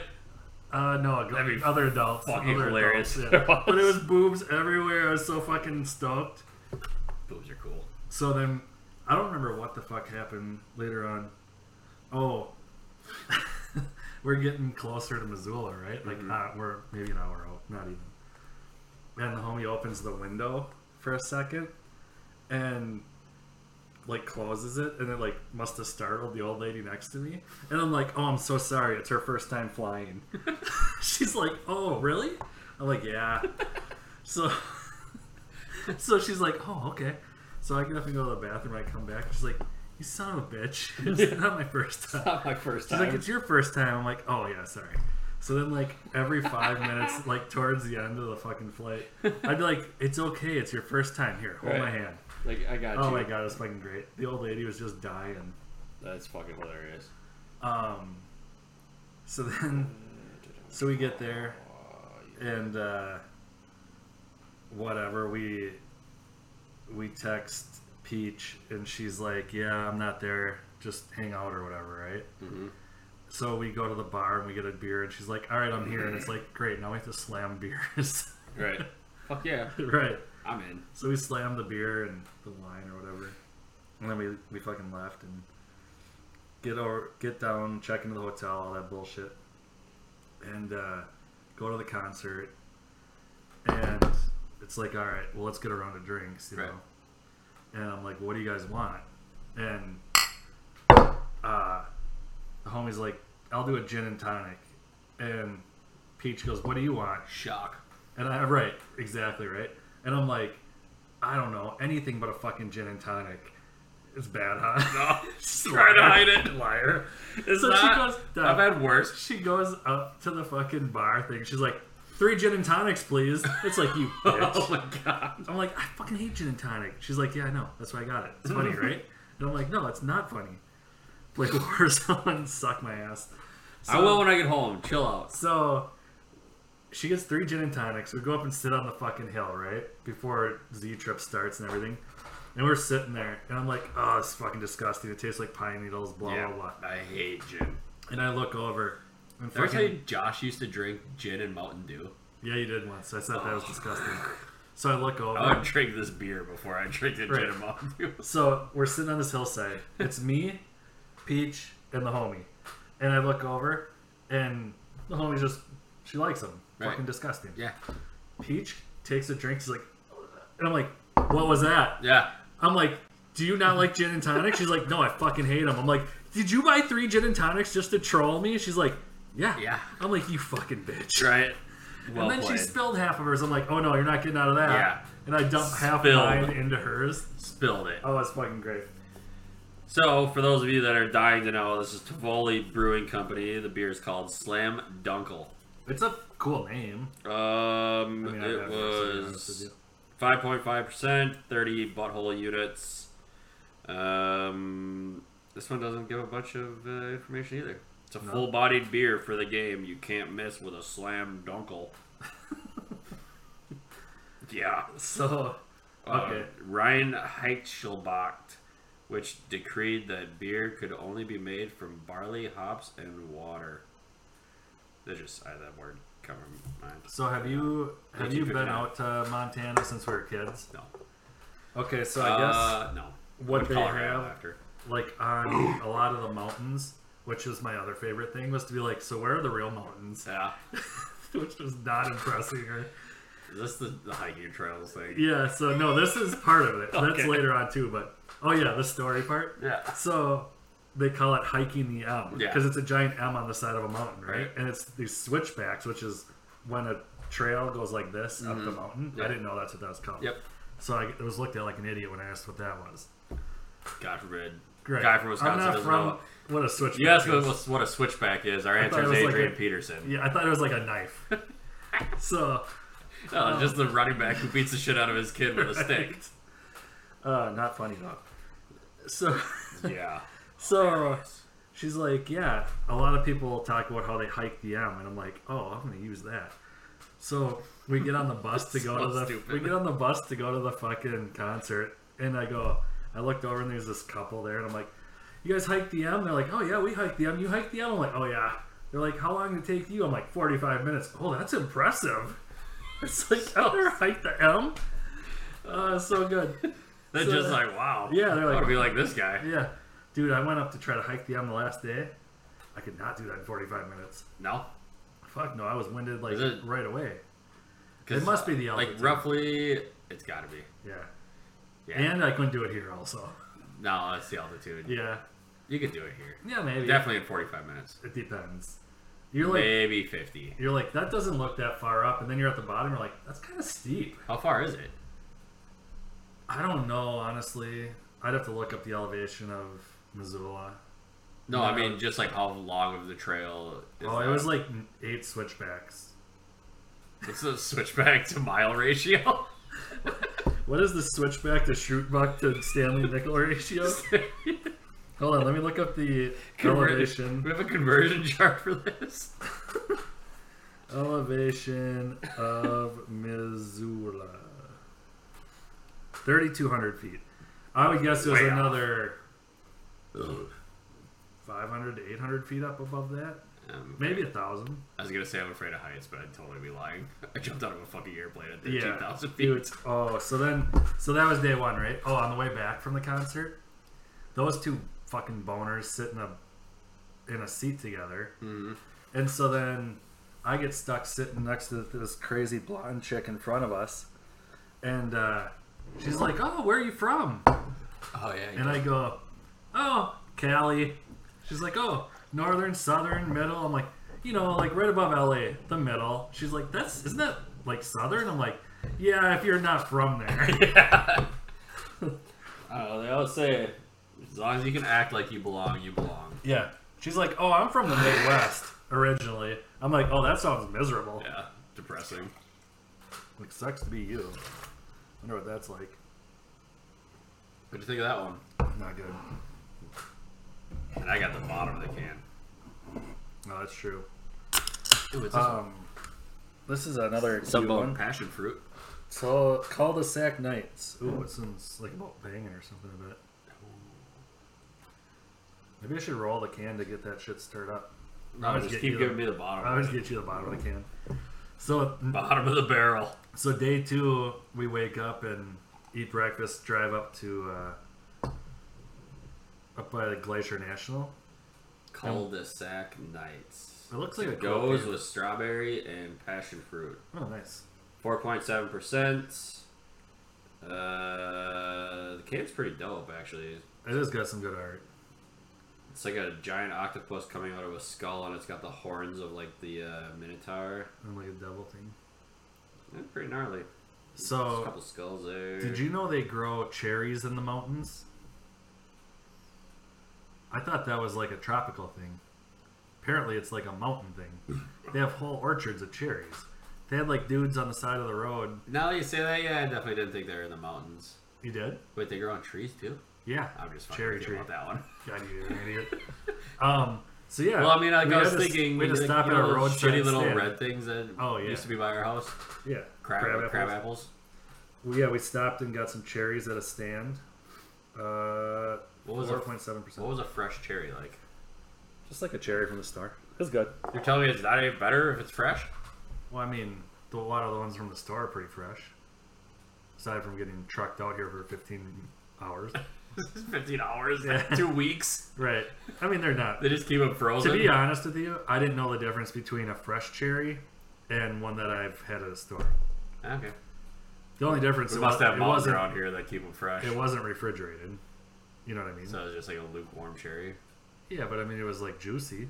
[SPEAKER 1] Uh, no, I
[SPEAKER 2] That'd
[SPEAKER 1] mean
[SPEAKER 2] be
[SPEAKER 1] other adults.
[SPEAKER 2] fucking
[SPEAKER 1] other
[SPEAKER 2] hilarious.
[SPEAKER 1] adults, yeah. but it was boobs everywhere. I was so fucking stoked.
[SPEAKER 2] Boobs are cool.
[SPEAKER 1] So then, I don't remember what the fuck happened later on. Oh, we're getting closer to Missoula, right? Like uh, we're maybe an hour out, not even. And the homie opens the window for a second, and like closes it, and it like must have startled the old lady next to me. And I'm like, oh, I'm so sorry. It's her first time flying. She's like, oh, really? I'm like, yeah. so, so she's like, oh, okay. So I get up and go to the bathroom. I come back. She's like, you son of a bitch. It's not my first time.
[SPEAKER 2] Not my first
[SPEAKER 1] She's like, it's your first time. I'm like, oh yeah, sorry. So then, like every five minutes, like towards the end of the fucking flight, I'd be like, "It's okay, it's your first time here. Hold my
[SPEAKER 2] Right.
[SPEAKER 1] hand."
[SPEAKER 2] Like, I got
[SPEAKER 1] Oh my
[SPEAKER 2] you.
[SPEAKER 1] god, it's fucking great. The old lady was just dying.
[SPEAKER 2] That's fucking hilarious.
[SPEAKER 1] Um, so then, so we get there, and uh, whatever we we text Peach and she's like, "Yeah, I'm not there. Just hang out or whatever, right?"
[SPEAKER 2] Mhm.
[SPEAKER 1] So we go to the bar and we get a beer and she's like, "All right, I'm here." And it's like, "Great, now we have to slam beers."
[SPEAKER 2] Right. Fuck yeah.
[SPEAKER 1] right.
[SPEAKER 2] I'm in.
[SPEAKER 1] So we slammed the beer and the wine or whatever, and then we we fucking left and get over, get down, check into the hotel, all that bullshit, and uh, go to the concert. And it's like, all right, well, let's get a round of drinks, you
[SPEAKER 2] Right.
[SPEAKER 1] know. And I'm like, what do you guys want? And uh, the homie's like, I'll do a gin and tonic. And Peach goes, what do you want?
[SPEAKER 2] Shock.
[SPEAKER 1] And I right, exactly right. And I'm like, I don't know anything but a fucking gin and tonic. It's bad, huh?
[SPEAKER 2] Try to hide it.
[SPEAKER 1] liar.
[SPEAKER 2] It's
[SPEAKER 1] So she
[SPEAKER 2] not,
[SPEAKER 1] goes
[SPEAKER 2] I've
[SPEAKER 1] down.
[SPEAKER 2] had worse.
[SPEAKER 1] She goes up to the fucking bar thing. She's like, three gin and tonics, please. It's like you bitch.
[SPEAKER 2] Oh my god.
[SPEAKER 1] I'm like, I fucking hate gin and tonic. She's like, yeah, I know. That's why I got it. It's funny, right? And I'm like, no, it's not funny. Play Warzone and suck my ass.
[SPEAKER 2] I will when I get home. Chill out.
[SPEAKER 1] So she gets three gin and tonics. We go up and sit on the fucking hill, right? Before Z trip starts and everything. And we're sitting there, and I'm like, oh, it's fucking disgusting. It tastes like pine needles, blah, blah, blah.
[SPEAKER 2] I hate gin.
[SPEAKER 1] And I look over. And
[SPEAKER 2] Did I tell
[SPEAKER 1] fucking-
[SPEAKER 2] you Josh used to drink gin and Mountain Dew?
[SPEAKER 1] yeah, you did once. I thought that was disgusting. So I look over.
[SPEAKER 2] I would drink this beer before I drink the
[SPEAKER 1] Oh. Right.
[SPEAKER 2] gin and Mountain Dew.
[SPEAKER 1] So we're sitting on this hillside. It's me, Peach, and the homie. And I look over, and the homie just, she likes him.
[SPEAKER 2] Right.
[SPEAKER 1] Fucking disgusting.
[SPEAKER 2] Yeah.
[SPEAKER 1] Peach takes a drink. She's like, and I'm like, what was that?
[SPEAKER 2] Yeah.
[SPEAKER 1] I'm like, do you not like gin and tonic? She's like, no, I fucking hate them. I'm like, did you buy three gin and tonics just to troll me? She's like, yeah.
[SPEAKER 2] Yeah.
[SPEAKER 1] I'm like, you fucking bitch.
[SPEAKER 2] Try it. Well
[SPEAKER 1] and then
[SPEAKER 2] played.
[SPEAKER 1] she spilled half of hers. I'm like, oh no, you're not getting out of that.
[SPEAKER 2] Yeah.
[SPEAKER 1] And I dumped half
[SPEAKER 2] Spilled.
[SPEAKER 1] mine into hers.
[SPEAKER 2] spilled it.
[SPEAKER 1] Oh, it's fucking great.
[SPEAKER 2] So, for those of you that are dying to know, this is Tivoli Brewing Company. The beer is called Slam Dunkel.
[SPEAKER 1] It's a cool name.
[SPEAKER 2] Um,
[SPEAKER 1] I mean, I've never
[SPEAKER 2] it
[SPEAKER 1] actually been honest with
[SPEAKER 2] was
[SPEAKER 1] you.
[SPEAKER 2] five point five percent, thirty butthole units. Um, this one doesn't give a bunch of uh, information either. It's a
[SPEAKER 1] No.
[SPEAKER 2] full-bodied beer for the game. You can't miss with a slam dunkle. yeah.
[SPEAKER 1] So,
[SPEAKER 2] Uh,
[SPEAKER 1] Okay.
[SPEAKER 2] Ryan Heichelbach, which decreed that beer could only be made from barley, hops, and water. That just I had that word come from mind.
[SPEAKER 1] so have you have
[SPEAKER 2] Did you
[SPEAKER 1] you
[SPEAKER 2] pick
[SPEAKER 1] been
[SPEAKER 2] it
[SPEAKER 1] out
[SPEAKER 2] up?
[SPEAKER 1] to Montana since we were kids?
[SPEAKER 2] No.
[SPEAKER 1] Okay, so I guess
[SPEAKER 2] Uh, no.
[SPEAKER 1] what
[SPEAKER 2] Would
[SPEAKER 1] they
[SPEAKER 2] Colorado
[SPEAKER 1] have-
[SPEAKER 2] after.
[SPEAKER 1] like on a lot of the mountains, which was my other favorite thing, was to be like, so where are the real mountains?
[SPEAKER 2] Yeah.
[SPEAKER 1] which was not impressing her.
[SPEAKER 2] Is this the, the hiking trails thing?
[SPEAKER 1] Yeah, so no, this is part of it. That's
[SPEAKER 2] Okay.
[SPEAKER 1] later on too, but oh yeah, the story part.
[SPEAKER 2] Yeah.
[SPEAKER 1] So they call it hiking the M
[SPEAKER 2] Yeah.
[SPEAKER 1] because it's a giant M on the side of a mountain, right?
[SPEAKER 2] Right.
[SPEAKER 1] And it's these switchbacks, which is when a trail goes like this up the mountain.
[SPEAKER 2] Mm-hmm. Yeah.
[SPEAKER 1] I didn't know that's what that was called.
[SPEAKER 2] Yep.
[SPEAKER 1] So I I was looked at like an idiot when I asked what that was.
[SPEAKER 2] God forbid.
[SPEAKER 1] Great.
[SPEAKER 2] Guy from Wisconsin
[SPEAKER 1] I'm not
[SPEAKER 2] doesn't
[SPEAKER 1] from
[SPEAKER 2] know.
[SPEAKER 1] what a switchback.
[SPEAKER 2] You ask
[SPEAKER 1] is.
[SPEAKER 2] us what a switchback is. Our
[SPEAKER 1] thought
[SPEAKER 2] answer is
[SPEAKER 1] it was like
[SPEAKER 2] Adrian
[SPEAKER 1] a-
[SPEAKER 2] Peterson.
[SPEAKER 1] Yeah, I thought it was like a knife. so,
[SPEAKER 2] No, just the running back who beats the shit out of his kid with a stick.
[SPEAKER 1] uh, not funny though. So,
[SPEAKER 2] Yeah.
[SPEAKER 1] so she's like, yeah, a lot of people talk about how they hike the M, and I'm like, oh, I'm gonna use that. So we get on the bus to go
[SPEAKER 2] So
[SPEAKER 1] to the
[SPEAKER 2] stupid.
[SPEAKER 1] we get on the bus to go to the fucking concert, and I go, I looked over and there's this couple there, and I'm like, you guys hike the M? They're like, oh yeah, we hike the M. You hike the M? I'm like, oh yeah. They're like, how long did it take you? I'm like, 45 minutes. Oh, that's impressive. It's like, I never hiked the M. Uh, so good.
[SPEAKER 2] They're
[SPEAKER 1] So-
[SPEAKER 2] just like, wow.
[SPEAKER 1] Yeah, they're
[SPEAKER 2] I want
[SPEAKER 1] like-
[SPEAKER 2] to be like this guy.
[SPEAKER 1] Yeah, dude, I went up to try to hike the M the last day. I could not do that in 45 minutes.
[SPEAKER 2] No?
[SPEAKER 1] Fuck no, I was winded like
[SPEAKER 2] Is it-
[SPEAKER 1] right away.
[SPEAKER 2] 'Cause,
[SPEAKER 1] It must be the
[SPEAKER 2] Like,
[SPEAKER 1] altitude.
[SPEAKER 2] roughly, it's got to be.
[SPEAKER 1] Yeah.
[SPEAKER 2] Yeah.
[SPEAKER 1] and I couldn't do it here also.
[SPEAKER 2] No, it's the altitude.
[SPEAKER 1] Yeah,
[SPEAKER 2] You could do it here.
[SPEAKER 1] yeah, maybe.
[SPEAKER 2] Definitely in 45 minutes.
[SPEAKER 1] It depends. You're like
[SPEAKER 2] Maybe 50.
[SPEAKER 1] you're like that doesn't look that far up, and then you're at the bottom. You're like that's kind of steep.
[SPEAKER 2] How far is it?
[SPEAKER 1] I don't know honestly. I'd have to look up the elevation of Missoula.
[SPEAKER 2] No, I
[SPEAKER 1] No.
[SPEAKER 2] mean just like how long of the trail. Is
[SPEAKER 1] oh, it
[SPEAKER 2] that?
[SPEAKER 1] was like eight switchbacks.
[SPEAKER 2] It's a switchback to mile ratio.
[SPEAKER 1] What is the switchback to shoot buck to Stanley Nickel ratio? Hold on, let me look up the
[SPEAKER 2] Conver- We
[SPEAKER 1] elevation.
[SPEAKER 2] have a conversion chart for this.
[SPEAKER 1] Elevation of Missoula. 3,200 feet. I would guess it was
[SPEAKER 2] Way off.
[SPEAKER 1] another 500 to 800 feet up above that.
[SPEAKER 2] Um,
[SPEAKER 1] Maybe a 1,000.
[SPEAKER 2] I was gonna say I'm afraid of heights, but I'd totally be lying. I jumped out of a fucking airplane at
[SPEAKER 1] Yeah.
[SPEAKER 2] thirteen thousand
[SPEAKER 1] Dude,
[SPEAKER 2] feet.
[SPEAKER 1] oh, so then, so that was day one, right? Oh, on the way back from the concert, those two fucking boners sit in a in a seat together,
[SPEAKER 2] Mm-hmm.
[SPEAKER 1] and so then I get stuck sitting next to this crazy blonde chick in front of us, and uh, she's like, "Oh, where are you from?"
[SPEAKER 3] Oh yeah.
[SPEAKER 1] And I go, "Oh, Cali." She's like, "Oh, northern, southern, middle." I'm like, "You know, like right above LA, the middle." She's like, "That's isn't that like southern?" I'm like, "Yeah, if you're not from there."
[SPEAKER 2] Uh, they always say, as long as you can act like you belong, you belong.
[SPEAKER 1] yeah. She's like, "Oh, I'm from the Midwest originally." I'm like, "Oh, that sounds miserable."
[SPEAKER 2] Yeah, depressing.
[SPEAKER 1] Like sucks to be you. Wonder what that's like.
[SPEAKER 2] What do you think of that one?
[SPEAKER 1] Not good.
[SPEAKER 2] And I got the bottom of the can.
[SPEAKER 1] No, that's true.
[SPEAKER 2] Ooh, it's
[SPEAKER 1] Um, this is another
[SPEAKER 2] some
[SPEAKER 1] cute one.
[SPEAKER 2] passion fruit.
[SPEAKER 1] So, cul-de-sac nights. Ooh, it sounds like about banging or something a bit. Maybe I should roll the can to get that shit stirred up.
[SPEAKER 2] No,
[SPEAKER 1] always
[SPEAKER 2] just
[SPEAKER 1] get
[SPEAKER 2] keep
[SPEAKER 1] you
[SPEAKER 2] giving
[SPEAKER 1] the-
[SPEAKER 2] me the bottom.
[SPEAKER 1] I always get you the bottom of the can. So,
[SPEAKER 2] Bottom of the barrel.
[SPEAKER 1] so day two, we wake up and eat breakfast, drive up to uh, up by the Glacier National.
[SPEAKER 2] Cul-de-sac nights.
[SPEAKER 1] It looks like a cool
[SPEAKER 2] goes
[SPEAKER 1] can.
[SPEAKER 2] with strawberry and passion fruit.
[SPEAKER 1] Oh, nice.
[SPEAKER 2] Four point seven percent. Uh, the can's pretty dope, actually.
[SPEAKER 1] It has got some good art.
[SPEAKER 2] It's like a giant octopus coming out of a skull, and it's got the horns of like the uh, minotaur.
[SPEAKER 1] And like a devil thing.
[SPEAKER 2] Yeah, pretty gnarly. There's a
[SPEAKER 1] So,
[SPEAKER 2] couple skulls there.
[SPEAKER 1] Oh. Did you know they grow cherries in the mountains? I thought that was like a tropical thing. Apparently, it's like a mountain thing. They have whole orchards of cherries. They had like dudes on the side of the road.
[SPEAKER 2] Now that you say that, yeah, I definitely didn't think they were in the mountains.
[SPEAKER 1] You did?
[SPEAKER 2] Wait, they grow on trees too?
[SPEAKER 1] Yeah.
[SPEAKER 2] I'm just fucking
[SPEAKER 1] cherry
[SPEAKER 2] with you
[SPEAKER 1] tree.
[SPEAKER 2] about that one.
[SPEAKER 1] God, you an idiot. Um. So yeah.
[SPEAKER 2] Well, I mean, like,
[SPEAKER 1] we
[SPEAKER 2] I was
[SPEAKER 1] had to-
[SPEAKER 2] thinking,
[SPEAKER 1] we had to
[SPEAKER 2] like,
[SPEAKER 1] stop
[SPEAKER 2] you
[SPEAKER 1] at a
[SPEAKER 2] know, those
[SPEAKER 1] roadside
[SPEAKER 2] shitty little
[SPEAKER 1] stand.
[SPEAKER 2] red things that
[SPEAKER 1] Oh, yeah.
[SPEAKER 2] used to be by our house.
[SPEAKER 1] Yeah.
[SPEAKER 2] Crab, crab,
[SPEAKER 1] apples.
[SPEAKER 2] apples.
[SPEAKER 1] Well, yeah, we stopped and got some cherries at a stand. Uh,
[SPEAKER 2] What was a-
[SPEAKER 1] four point seven
[SPEAKER 2] What
[SPEAKER 1] percent?
[SPEAKER 2] was a fresh cherry like?
[SPEAKER 1] Just like a cherry from the store. It's good.
[SPEAKER 2] You're telling me it's not any better if it's fresh?
[SPEAKER 1] Well, I mean, the, a lot of the ones from the store are pretty fresh. Aside from getting trucked out here for 15 hours.
[SPEAKER 2] Fifteen hours,
[SPEAKER 1] Yeah.
[SPEAKER 2] two weeks.
[SPEAKER 1] right. I mean, they're not.
[SPEAKER 2] They just keep them
[SPEAKER 1] To
[SPEAKER 2] frozen.
[SPEAKER 1] be honest with you, I didn't know the difference between a fresh cherry and one that I've had at a store.
[SPEAKER 2] okay.
[SPEAKER 1] The only difference
[SPEAKER 2] We
[SPEAKER 1] was
[SPEAKER 2] must have
[SPEAKER 1] it
[SPEAKER 2] moms
[SPEAKER 1] wasn't
[SPEAKER 2] around here that keep them fresh.
[SPEAKER 1] it wasn't refrigerated. You know what I mean?
[SPEAKER 2] so it's just like a lukewarm cherry.
[SPEAKER 1] yeah, but I mean it was like juicy.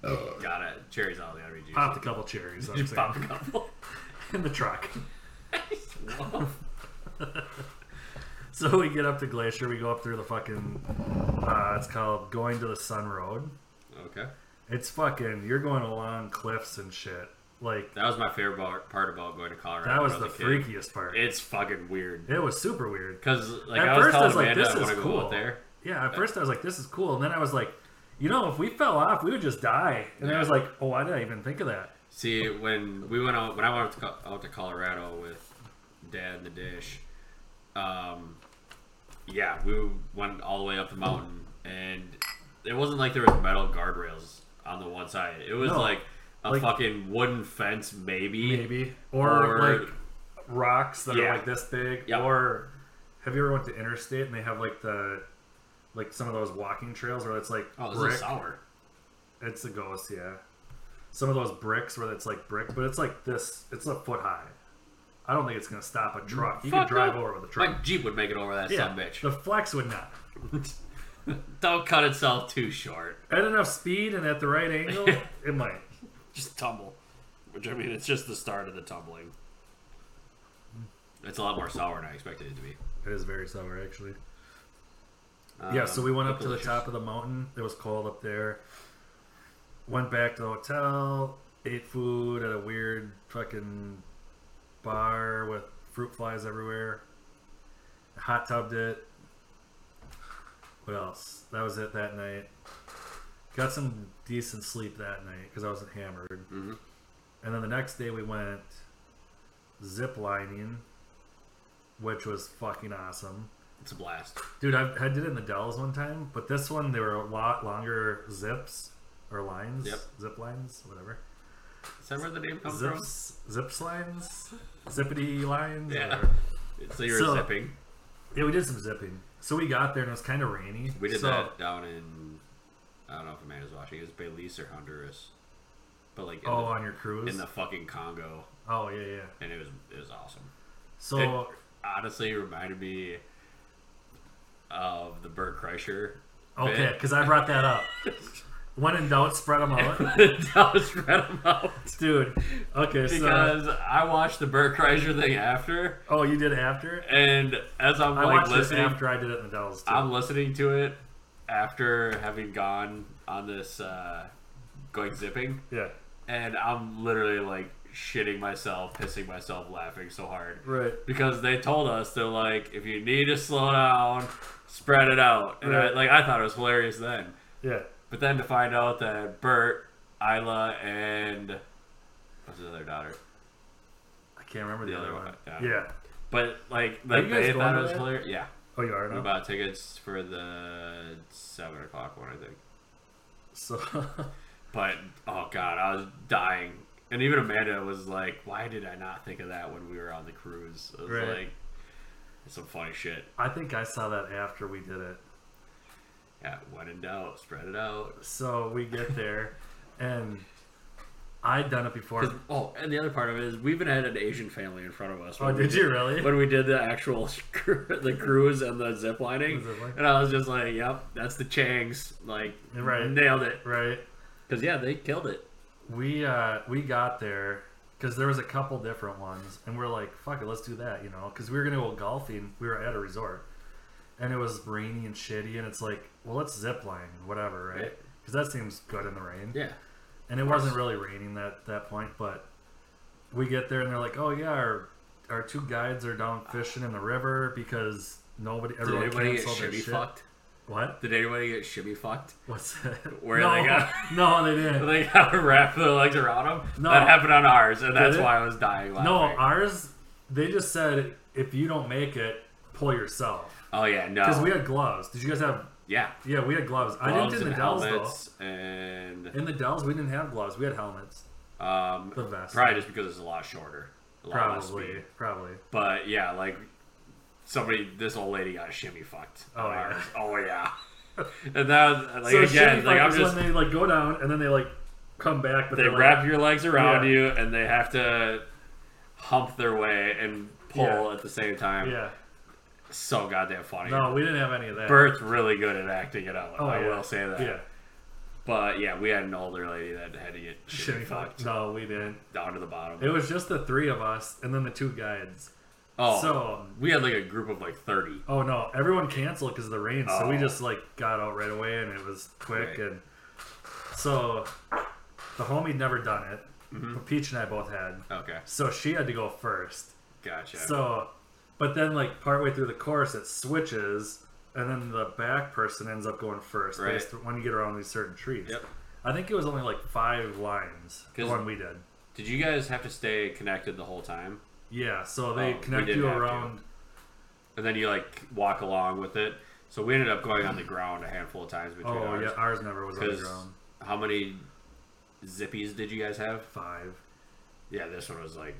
[SPEAKER 2] Got it. Cherries all the other juice.
[SPEAKER 1] Popped a couple cherries. I'm
[SPEAKER 2] Just pop a
[SPEAKER 1] saying,
[SPEAKER 2] couple.
[SPEAKER 1] in the truck.
[SPEAKER 2] Whoa.
[SPEAKER 1] So we get up to Glacier. We go up through the fucking. Uh, it's called going to the Sun Road.
[SPEAKER 2] okay.
[SPEAKER 1] It's fucking. You're going along cliffs and shit. Like
[SPEAKER 2] That was my favorite bar- part about going to Colorado.
[SPEAKER 1] that
[SPEAKER 2] when
[SPEAKER 1] was
[SPEAKER 2] I
[SPEAKER 1] the
[SPEAKER 2] a kid.
[SPEAKER 1] freakiest part. It,
[SPEAKER 2] It's fucking weird.
[SPEAKER 1] was super weird.
[SPEAKER 2] Because like
[SPEAKER 1] At
[SPEAKER 2] I was
[SPEAKER 1] first, I
[SPEAKER 2] telling
[SPEAKER 1] was like,
[SPEAKER 2] Amanda
[SPEAKER 1] "This
[SPEAKER 2] I
[SPEAKER 1] is
[SPEAKER 2] want to go
[SPEAKER 1] cool."
[SPEAKER 2] out there.
[SPEAKER 1] Yeah, at first I was like, "This is cool," and then I was like, "You know, if we fell off, we would just die." And then I was like, "Oh, why did I even think of that?"
[SPEAKER 2] See, when we went out, when I went out to, Co- out to Colorado with Dad and the Dish, um, yeah, we went all the way up the mountain, and it wasn't like there was metal guardrails on the one side. It was
[SPEAKER 1] No.
[SPEAKER 2] like a
[SPEAKER 1] Like-
[SPEAKER 2] fucking wooden fence, maybe.
[SPEAKER 1] Maybe or,
[SPEAKER 2] Or-
[SPEAKER 1] like rocks that
[SPEAKER 2] Yeah.
[SPEAKER 1] are like this big.
[SPEAKER 2] Yep.
[SPEAKER 1] Or have you ever went to Interstate and they have like the like some of those walking trails where it's like
[SPEAKER 2] Oh, this
[SPEAKER 1] brick.
[SPEAKER 2] is sour.
[SPEAKER 1] It's a ghost, yeah. Some of those bricks where it's like brick, but it's like this. It's a foot high. I don't think it's gonna stop a truck. You can
[SPEAKER 2] Fuck
[SPEAKER 1] drive
[SPEAKER 2] no.
[SPEAKER 1] over with a
[SPEAKER 2] My
[SPEAKER 1] truck.
[SPEAKER 2] Jeep would make it over that
[SPEAKER 1] yeah,
[SPEAKER 2] son bitch.
[SPEAKER 1] the flex would not.
[SPEAKER 2] Don't cut itself too short.
[SPEAKER 1] At enough speed and at the right angle, it might.
[SPEAKER 2] Just tumble. Which I mean, it's just the start of the tumbling. It's a lot more sour than I expected it to be.
[SPEAKER 1] It is very sour, actually. yeah, so
[SPEAKER 2] Um,
[SPEAKER 1] we went up
[SPEAKER 2] but
[SPEAKER 1] to the
[SPEAKER 2] delicious.
[SPEAKER 1] top of the mountain. It was cold up there. Went back to the hotel, ate food at a weird fucking bar with fruit flies everywhere. Hot tubbed it. What else? That was it that night. Got some decent sleep that night because I wasn't hammered.
[SPEAKER 2] Mhm.
[SPEAKER 1] And then the next day we went zip lining which was fucking awesome.
[SPEAKER 2] It's a blast.
[SPEAKER 1] Dude, I, I did it in the Dells one time, but this one they were a lot longer zips or lines,
[SPEAKER 2] Yep.
[SPEAKER 1] zip lines, whatever.
[SPEAKER 2] Is that where the name comes from?
[SPEAKER 1] Zips, zips lines, zippity lines.
[SPEAKER 2] Yeah.
[SPEAKER 1] whatever.
[SPEAKER 2] So you were
[SPEAKER 1] So-
[SPEAKER 2] zipping.
[SPEAKER 1] yeah, we did some zipping. So we got there and it was kind of rainy.
[SPEAKER 2] We did
[SPEAKER 1] so,
[SPEAKER 2] that down in. I don't know if Amanda's watching. It was Belize or Honduras, but like in,
[SPEAKER 1] Oh, on your cruise.
[SPEAKER 2] the, in the fucking Congo,
[SPEAKER 1] oh yeah, yeah.
[SPEAKER 2] and it was it was awesome.
[SPEAKER 1] So
[SPEAKER 2] It honestly reminded me of the Bert Kreischer.
[SPEAKER 1] okay, because I brought that up. When in doubt, spread them out,
[SPEAKER 2] that was spread 'em out
[SPEAKER 1] dude. Okay, so
[SPEAKER 2] because I watched the Bert Kreischer thing after,
[SPEAKER 1] oh, you did it after.
[SPEAKER 2] and as I'm
[SPEAKER 1] I
[SPEAKER 2] like
[SPEAKER 1] watched it
[SPEAKER 2] listening,
[SPEAKER 1] after I did it in the Dells. Too.
[SPEAKER 2] I'm listening to it after having gone on this uh, going zipping.
[SPEAKER 1] yeah,
[SPEAKER 2] and I'm literally like shitting myself, pissing myself, laughing so hard
[SPEAKER 1] right.
[SPEAKER 2] because they told us they're like, if you need to slow down, spread it out, and I,
[SPEAKER 1] Right.
[SPEAKER 2] like I thought it was hilarious then,
[SPEAKER 1] Yeah,
[SPEAKER 2] but then to find out that Bert, Isla, and what's his other daughter,
[SPEAKER 1] I can't remember the,
[SPEAKER 2] The
[SPEAKER 1] other
[SPEAKER 2] other
[SPEAKER 1] one.
[SPEAKER 2] one, yeah.
[SPEAKER 1] Yeah.
[SPEAKER 2] but like that
[SPEAKER 1] you guys
[SPEAKER 2] they
[SPEAKER 1] going
[SPEAKER 2] thought
[SPEAKER 1] to
[SPEAKER 2] it was
[SPEAKER 1] that?
[SPEAKER 2] hilarious. Yeah,
[SPEAKER 1] Oh, you are
[SPEAKER 2] we
[SPEAKER 1] now.
[SPEAKER 2] bought tickets for the seven o'clock one, I think.
[SPEAKER 1] So
[SPEAKER 2] But oh god, I was dying. And even Amanda was like, "Why did I not think of that when we were on the cruise?" It was
[SPEAKER 1] Right.
[SPEAKER 2] like it's some funny shit.
[SPEAKER 1] I think I saw that after we did it.
[SPEAKER 2] Yeah, when in doubt, spread it out.
[SPEAKER 1] So we get there, and I'd done it before.
[SPEAKER 2] 'Cause- Oh, and the other part of it is we even had an Asian family in front of us.
[SPEAKER 1] Oh,
[SPEAKER 2] when we
[SPEAKER 1] did you really?
[SPEAKER 2] When we did the actual cru- the cruise and the zip lining,
[SPEAKER 1] The zip line.
[SPEAKER 2] and I was just like, "Yep, that's the Changs." Like,
[SPEAKER 1] Right.
[SPEAKER 2] nailed it.
[SPEAKER 1] Right.
[SPEAKER 2] Because yeah, they killed it.
[SPEAKER 1] we uh we got there because there was a couple different ones and we're like fuck it let's do that you know because we were gonna go golfing we were at a resort and it was rainy and shitty and it's like well let's zip line whatever right
[SPEAKER 2] Right.
[SPEAKER 1] because that seems good in the rain
[SPEAKER 2] Yeah,
[SPEAKER 1] and it wasn't really raining that that point but we get there and they're like oh yeah our our two guides are down fishing in the river because nobody
[SPEAKER 2] did
[SPEAKER 1] everyone
[SPEAKER 2] anybody get
[SPEAKER 1] canceled their
[SPEAKER 2] shimmy
[SPEAKER 1] shit
[SPEAKER 2] fucked?
[SPEAKER 1] what
[SPEAKER 2] Did anybody get shimmy fucked?
[SPEAKER 1] what's that
[SPEAKER 2] Where
[SPEAKER 1] no,
[SPEAKER 2] they got-
[SPEAKER 1] no they didn't
[SPEAKER 2] they got to wrap their legs around them.
[SPEAKER 1] No.
[SPEAKER 2] That happened on ours, and that's
[SPEAKER 1] it?
[SPEAKER 2] why I was dying laughing.
[SPEAKER 1] No, ours. They just said if you don't make it, pull yourself.
[SPEAKER 2] oh yeah, no.
[SPEAKER 1] Because we had gloves. Did you guys have?
[SPEAKER 2] yeah,
[SPEAKER 1] Yeah, we had gloves. I
[SPEAKER 2] gloves
[SPEAKER 1] didn't in the
[SPEAKER 2] and
[SPEAKER 1] Dells
[SPEAKER 2] helmets, and
[SPEAKER 1] though. In the Dells, we didn't have gloves. We had helmets.
[SPEAKER 2] um,
[SPEAKER 1] The vest.
[SPEAKER 2] probably just because it's a lot shorter, a lot less
[SPEAKER 1] Probably.
[SPEAKER 2] speed.
[SPEAKER 1] Probably.
[SPEAKER 2] But yeah, like somebody, this old lady got shimmy fucked.
[SPEAKER 1] Oh,
[SPEAKER 2] on
[SPEAKER 1] yeah.
[SPEAKER 2] ours. oh yeah. And that, like
[SPEAKER 1] so
[SPEAKER 2] again,
[SPEAKER 1] again,
[SPEAKER 2] like I'm
[SPEAKER 1] is
[SPEAKER 2] just
[SPEAKER 1] when they like go down and then they like come back, but
[SPEAKER 2] they
[SPEAKER 1] they're like-
[SPEAKER 2] wrap your legs around
[SPEAKER 1] Yeah.
[SPEAKER 2] you, and they have to hump their way and pull
[SPEAKER 1] Yeah.
[SPEAKER 2] at the same time.
[SPEAKER 1] yeah.
[SPEAKER 2] So goddamn funny.
[SPEAKER 1] No, we didn't have any of that.
[SPEAKER 2] Bert's really good at acting it out.
[SPEAKER 1] Oh,
[SPEAKER 2] I
[SPEAKER 1] yeah.
[SPEAKER 2] will say that.
[SPEAKER 1] Yeah.
[SPEAKER 2] But yeah, we had an older lady that had to get shitty
[SPEAKER 1] Shitty fuck.
[SPEAKER 2] fucked
[SPEAKER 1] No, we didn't.
[SPEAKER 2] down to the bottom.
[SPEAKER 1] It was just the three of us and then the two guides.
[SPEAKER 2] oh,
[SPEAKER 1] So
[SPEAKER 2] we had like a group of like thirty.
[SPEAKER 1] Oh no! Everyone canceled because of the rain, so we
[SPEAKER 2] Oh.
[SPEAKER 1] just like got out right away, and it was quick.
[SPEAKER 2] Right.
[SPEAKER 1] And so the homie never done it,
[SPEAKER 2] Mm-hmm.
[SPEAKER 1] but Peach and I both had,
[SPEAKER 2] Okay,
[SPEAKER 1] so she had to go first.
[SPEAKER 2] gotcha.
[SPEAKER 1] So, but then like partway through the course, it switches, and then the back person ends up going first
[SPEAKER 2] Right.
[SPEAKER 1] based when you get around these certain trees.
[SPEAKER 2] Yep.
[SPEAKER 1] I think it was only like five lines. The
[SPEAKER 2] 'Cause-
[SPEAKER 1] one we did.
[SPEAKER 2] did you guys have to stay connected the whole time,
[SPEAKER 1] Yeah. So they
[SPEAKER 2] Oh, we
[SPEAKER 1] connect
[SPEAKER 2] did
[SPEAKER 1] you
[SPEAKER 2] have to.
[SPEAKER 1] around.
[SPEAKER 2] and then you like walk along with it? So we ended up going on the ground a handful of times between
[SPEAKER 1] Oh yeah,
[SPEAKER 2] ours.
[SPEAKER 1] ours never was on the
[SPEAKER 2] 'Cause
[SPEAKER 1] ground.
[SPEAKER 2] how many zippies did you guys have?
[SPEAKER 1] Five.
[SPEAKER 2] Yeah, this one was like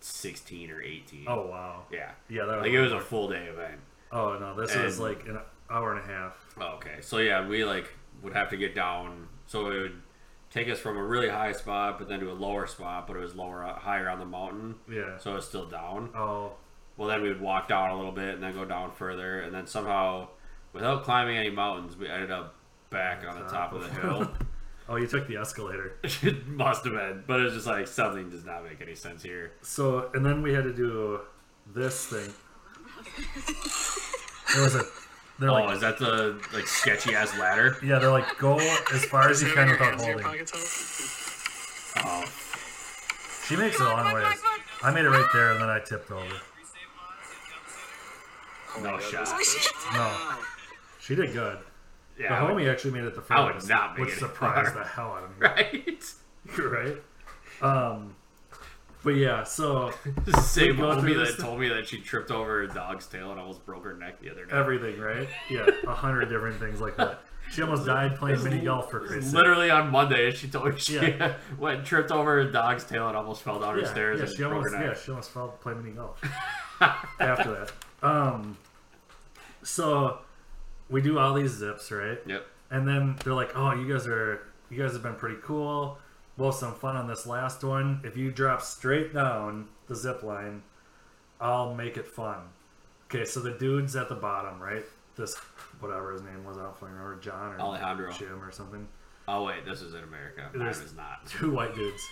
[SPEAKER 2] sixteen or eighteen.
[SPEAKER 1] Oh wow.
[SPEAKER 2] yeah,
[SPEAKER 1] Yeah, that was
[SPEAKER 2] like it was a full day event.
[SPEAKER 1] Oh no, this was
[SPEAKER 2] And-
[SPEAKER 1] like an hour and a half.
[SPEAKER 2] Oh, Okay, so yeah, we like would have to get down. So it would take us from a really high spot, but then to a lower spot, but it was lower, uh, higher on the mountain,
[SPEAKER 1] Yeah.
[SPEAKER 2] so it's still down.
[SPEAKER 1] Oh,
[SPEAKER 2] Well, then we would walk down a little bit and then go down further, and then somehow, without climbing any mountains, we ended up back on the top of the hill.
[SPEAKER 1] oh, you took the escalator.
[SPEAKER 2] it must have been, but it's just like something does not make any sense here.
[SPEAKER 1] So, and then we had to do this thing. There was a. They're
[SPEAKER 2] Oh,
[SPEAKER 1] like,
[SPEAKER 2] is that the like sketchy ass ladder?
[SPEAKER 1] yeah, they're like, go as far as you can without holding.
[SPEAKER 2] Oh,
[SPEAKER 1] She makes it a long ways. I made it right there, and then I tipped over.
[SPEAKER 2] no shot.
[SPEAKER 1] No, she did good. The
[SPEAKER 2] Yeah, I would-
[SPEAKER 1] homie actually made it the first.
[SPEAKER 2] I would not make
[SPEAKER 1] which
[SPEAKER 2] it
[SPEAKER 1] surprised
[SPEAKER 2] far.
[SPEAKER 1] the hell out of me.
[SPEAKER 2] right?
[SPEAKER 1] right? Um, But yeah, so
[SPEAKER 2] Same
[SPEAKER 1] go
[SPEAKER 2] told
[SPEAKER 1] through
[SPEAKER 2] me
[SPEAKER 1] this
[SPEAKER 2] that
[SPEAKER 1] thing?
[SPEAKER 2] told me that she tripped over a dog's tail and almost broke her neck the other day.
[SPEAKER 1] everything, right? Yeah, a hundred different things like that. She almost died playing mini golf for Christ's sake.
[SPEAKER 2] Literally on Monday, she told me she
[SPEAKER 1] Yeah.
[SPEAKER 2] went and tripped over a dog's tail and almost fell down her
[SPEAKER 1] Yeah,
[SPEAKER 2] stairs
[SPEAKER 1] yeah,
[SPEAKER 2] and
[SPEAKER 1] she
[SPEAKER 2] broke
[SPEAKER 1] almost
[SPEAKER 2] her neck.
[SPEAKER 1] yeah, she almost fell playing mini golf. After that, um, so we do all these zips, right?
[SPEAKER 2] Yep.
[SPEAKER 1] And then they're like, "Oh, you guys are you guys have been pretty cool. Well, some fun on this last one. If you drop straight down the zip line, I'll make it fun." Okay, so the dude's at the bottom, right? This whatever his name was, I don't fucking remember, John or
[SPEAKER 2] Alejandro.
[SPEAKER 1] Jim or something.
[SPEAKER 2] Oh wait, this is in America. Mine
[SPEAKER 1] There's-
[SPEAKER 2] is not.
[SPEAKER 1] Two white dudes.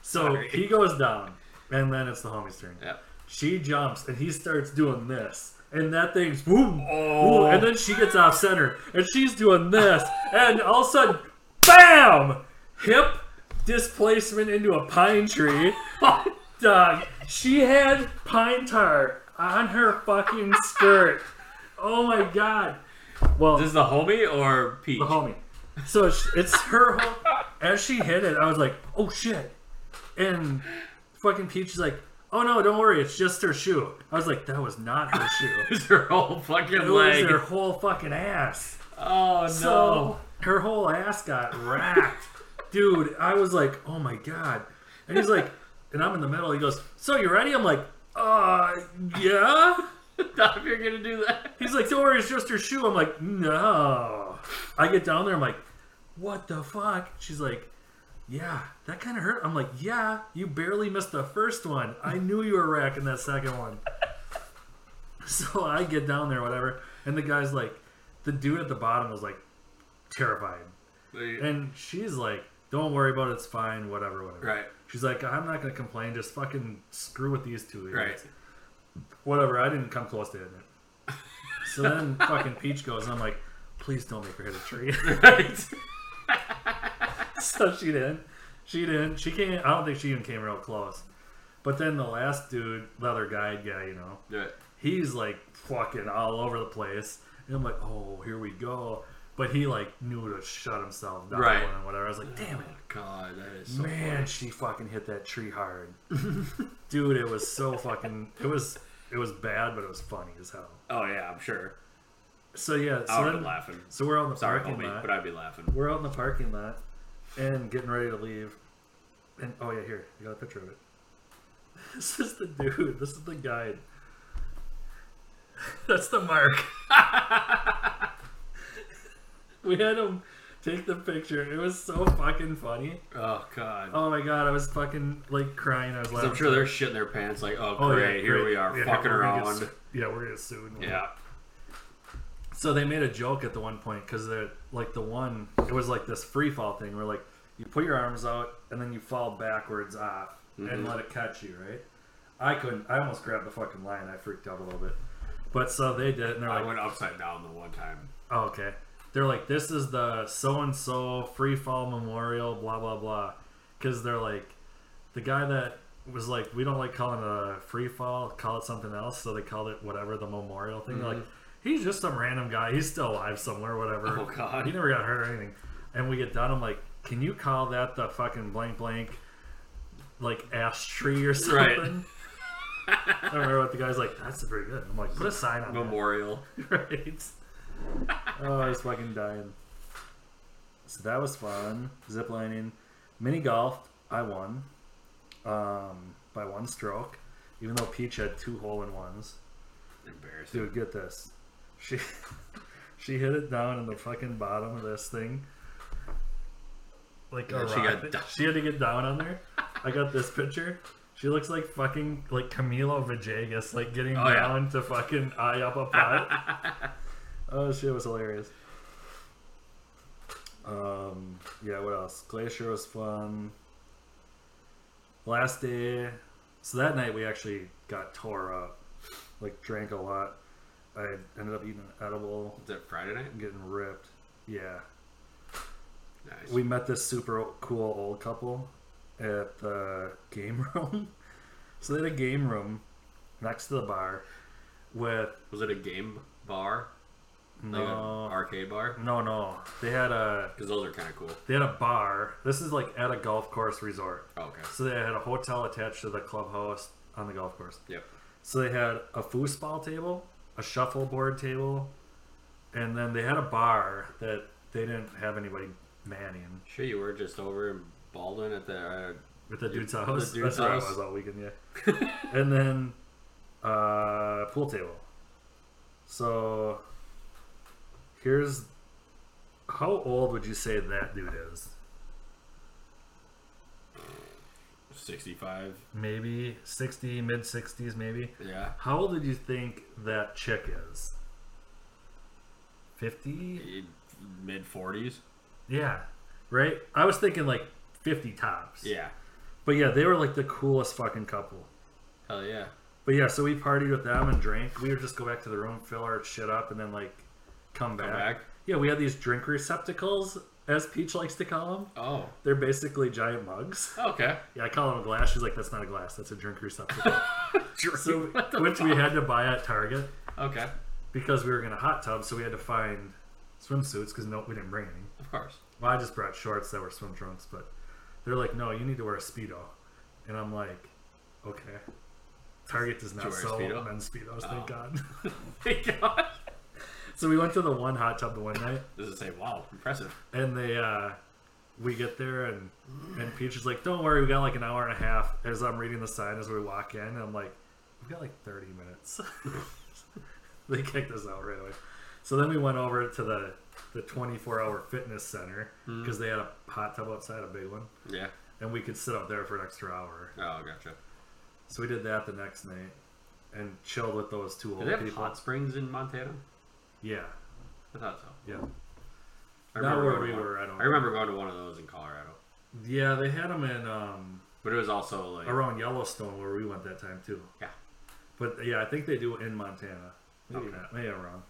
[SPEAKER 1] So
[SPEAKER 2] Sorry.
[SPEAKER 1] he goes down, and then it's the homie's turn.
[SPEAKER 2] Yep.
[SPEAKER 1] She jumps and he starts doing this. And that thing's boom,
[SPEAKER 2] Oh.
[SPEAKER 1] boom, and then she gets off center and she's doing this, and all of a sudden, bam! Hip displacement into a pine tree. Oh, Dog, she had pine tar on her fucking skirt. Oh my god! Well,
[SPEAKER 2] This is the homie or Peach?
[SPEAKER 1] the homie. So it's, it's her. Home. As she hit it, I was like, "Oh shit!" And fucking Peach is like, "Oh no, don't worry, it's just her shoe." I was like, "That was not her shoe.
[SPEAKER 2] It's her whole fucking
[SPEAKER 1] It was
[SPEAKER 2] leg.
[SPEAKER 1] her whole fucking ass."
[SPEAKER 2] Oh no.
[SPEAKER 1] So her whole ass got racked, dude. I was like, "Oh my god!" And he's like, and I'm in the middle. He goes, "So you ready?" I'm like, "Uh, yeah."
[SPEAKER 2] Not if you're gonna do that.
[SPEAKER 1] He's like, don't worry, it's just her shoe. I'm like, no. I get down there, I'm like, what the fuck? She's like, yeah, that kind of hurt. I'm like, yeah, you barely missed the first one. I knew you were racking that second one. So I get down there, whatever, and the guy's like, the dude at the bottom was like terrified. And she's like, don't worry about it, it's fine, whatever, whatever.
[SPEAKER 2] Right.
[SPEAKER 1] She's like, I'm not gonna complain, just fucking screw with these two.
[SPEAKER 2] Right.
[SPEAKER 1] idiots." Whatever, I didn't come close to hitting it. So then fucking Peach goes, and I'm like, please don't make her hit a tree.
[SPEAKER 2] Right.
[SPEAKER 1] so she didn't. She didn't. She came I don't think she even came real close. But then the last dude, the other guide guy, you know,
[SPEAKER 2] Do it.
[SPEAKER 1] he's like fucking all over the place. And I'm like, oh, here we go. But he like knew to shut himself down
[SPEAKER 2] Right.
[SPEAKER 1] and whatever. I was like, damn it.
[SPEAKER 2] Oh, God, that is so
[SPEAKER 1] Man, she fucking hit that tree hard. Dude, it was so fucking it was it was bad, but it was funny as hell.
[SPEAKER 2] Oh yeah, I'm sure.
[SPEAKER 1] So yeah, so
[SPEAKER 2] I would have
[SPEAKER 1] then-
[SPEAKER 2] been laughing.
[SPEAKER 1] so we're out in the
[SPEAKER 2] Sorry,
[SPEAKER 1] parking
[SPEAKER 2] homie,
[SPEAKER 1] lot.
[SPEAKER 2] but I'd be laughing.
[SPEAKER 1] We're out in the parking lot and getting ready to leave. And oh yeah, here, I got a picture of it. This is the dude, this is the guide. That's the mark. we had him take the picture. It was so fucking funny.
[SPEAKER 2] Oh god.
[SPEAKER 1] Oh my god, I was fucking like crying. I was laughing.
[SPEAKER 2] I'm sure they're shitting their pants like, oh,
[SPEAKER 1] Oh, yeah,
[SPEAKER 2] great, here
[SPEAKER 1] great.
[SPEAKER 2] we are,
[SPEAKER 1] Yeah,
[SPEAKER 2] fucking
[SPEAKER 1] we're gonna get
[SPEAKER 2] around.
[SPEAKER 1] su- yeah, we're gonna sue.
[SPEAKER 2] Yeah.
[SPEAKER 1] So they made a joke at the one point because they're like the one. It was like this free fall thing where like you put your arms out and then you fall backwards off
[SPEAKER 2] Mm-hmm.
[SPEAKER 1] and let it catch you. Right? I couldn't. I almost grabbed the fucking line. I freaked out a little bit. But so they did, it and they're
[SPEAKER 2] I
[SPEAKER 1] like,
[SPEAKER 2] went upside down the one time.
[SPEAKER 1] oh, "Okay." They're like, "This is the so and so free fall memorial." Blah blah blah. Because they're like, the guy that was like, we don't like calling it a free fall, call it something else. So they called it whatever the memorial thing. They're Like, he's just some random guy. He's still alive somewhere, whatever.
[SPEAKER 2] Mm-hmm. Oh, God.
[SPEAKER 1] He never got hurt or anything. And we get done. I'm like, can you call that the fucking blank blank, like ash tree or something?
[SPEAKER 2] Right.
[SPEAKER 1] I remember what the guy's like. That's pretty good. I'm like, put a sign on that."
[SPEAKER 2] Memorial.
[SPEAKER 1] right? oh, I was fucking dying. So that was fun. Ziplining, mini golf. I won um, by one stroke, even though Peach had two hole in ones.
[SPEAKER 2] Embarrassing.
[SPEAKER 1] Dude, get this. She she hit it down in the fucking bottom of this thing. Like a
[SPEAKER 2] Yeah, she
[SPEAKER 1] rock.
[SPEAKER 2] got down.
[SPEAKER 1] she had to get down on there. I got this picture. She looks like fucking like Camilo Vajegas, like getting
[SPEAKER 2] Oh, yeah.
[SPEAKER 1] down to fucking eye up a pot. oh shit, it was hilarious. Um, yeah, what else? Glacier was fun. Last day, so that night we actually got tore up, like drank a lot. I ended up eating an edible,
[SPEAKER 2] Is that Friday night?
[SPEAKER 1] and getting ripped. Yeah,
[SPEAKER 2] Nice.
[SPEAKER 1] we met this super cool old couple at the game room. so they had a game room next to the bar with
[SPEAKER 2] was it a game bar? Like an
[SPEAKER 1] No,
[SPEAKER 2] arcade bar?
[SPEAKER 1] no, no. They had a
[SPEAKER 2] Because those are kind of cool.
[SPEAKER 1] they had a bar. This is like at a golf course resort.
[SPEAKER 2] Oh, okay.
[SPEAKER 1] So they had a hotel attached to the clubhouse on the golf course.
[SPEAKER 2] Yep.
[SPEAKER 1] So they had a foosball table, a shuffleboard table, and then they had a bar that they didn't have anybody manning
[SPEAKER 2] Sure, you were just over in Baldwin at the. Uh,
[SPEAKER 1] with the
[SPEAKER 2] Your-
[SPEAKER 1] dude's house.
[SPEAKER 2] the dude's
[SPEAKER 1] That's where I
[SPEAKER 2] house.
[SPEAKER 1] was all weekend, yeah. and then uh, pool table. So here's how old would you say that dude is?
[SPEAKER 2] 65.
[SPEAKER 1] Maybe sixty, mid sixties, maybe.
[SPEAKER 2] Yeah.
[SPEAKER 1] How old did you think that chick is? Fifty.
[SPEAKER 2] e, Mid 40s.
[SPEAKER 1] Yeah, right. I was thinking like fifty tops.
[SPEAKER 2] Yeah.
[SPEAKER 1] But yeah, they were like the coolest fucking couple.
[SPEAKER 2] Hell yeah.
[SPEAKER 1] But yeah, so we partied with them and drank. We would just go back to the room, fill our shit up, and then like come back.
[SPEAKER 2] Come back.
[SPEAKER 1] Yeah, we had these drink receptacles, as Peach likes to call them.
[SPEAKER 2] Oh.
[SPEAKER 1] They're basically giant mugs.
[SPEAKER 2] Okay.
[SPEAKER 1] Yeah, I call them a glass. She's like, that's not a glass, that's a drink receptacle. so, which we had to buy at Target
[SPEAKER 2] Okay.
[SPEAKER 1] because we were in a hot tub, so we had to find swimsuits because no, we didn't bring any.
[SPEAKER 2] Of course.
[SPEAKER 1] Well, I just brought shorts that were swim trunks, but they're like, no, you need to wear a speedo, and I'm like, okay. Target does
[SPEAKER 2] To
[SPEAKER 1] not
[SPEAKER 2] wear a
[SPEAKER 1] sell
[SPEAKER 2] Speedo?
[SPEAKER 1] men's speedos, thank
[SPEAKER 2] Oh.
[SPEAKER 1] God.
[SPEAKER 2] Thank God.
[SPEAKER 1] so we went to the one hot tub the one night,
[SPEAKER 2] This is say, wow, impressive.
[SPEAKER 1] and they, uh, we get there, and and Peach is like, don't worry, we got like an hour and a half. As I'm reading the sign as we walk in, and I'm like, we've got like 30 minutes. they kicked us out right away. So then we went over to the the 24 hour fitness center
[SPEAKER 2] Hmm.
[SPEAKER 1] because they had a hot tub outside, a big one.
[SPEAKER 2] Yeah.
[SPEAKER 1] and we could sit up there for an extra hour.
[SPEAKER 2] Oh, gotcha.
[SPEAKER 1] So we did that the next night and chilled with those two
[SPEAKER 2] Do
[SPEAKER 1] old
[SPEAKER 2] they have
[SPEAKER 1] people.
[SPEAKER 2] hot springs in Montana?
[SPEAKER 1] Yeah,
[SPEAKER 2] I thought so.
[SPEAKER 1] yeah,
[SPEAKER 2] I
[SPEAKER 1] Not where
[SPEAKER 2] going
[SPEAKER 1] we
[SPEAKER 2] to one-
[SPEAKER 1] were, I don't
[SPEAKER 2] remember going to one of those in Colorado.
[SPEAKER 1] yeah. They had them in um,
[SPEAKER 2] But it was also like.
[SPEAKER 1] around Yellowstone where we went that time too.
[SPEAKER 2] Yeah.
[SPEAKER 1] But yeah, I think they do it in Montana. Maybe
[SPEAKER 2] Okay.
[SPEAKER 1] not. Maybe I'm wrong.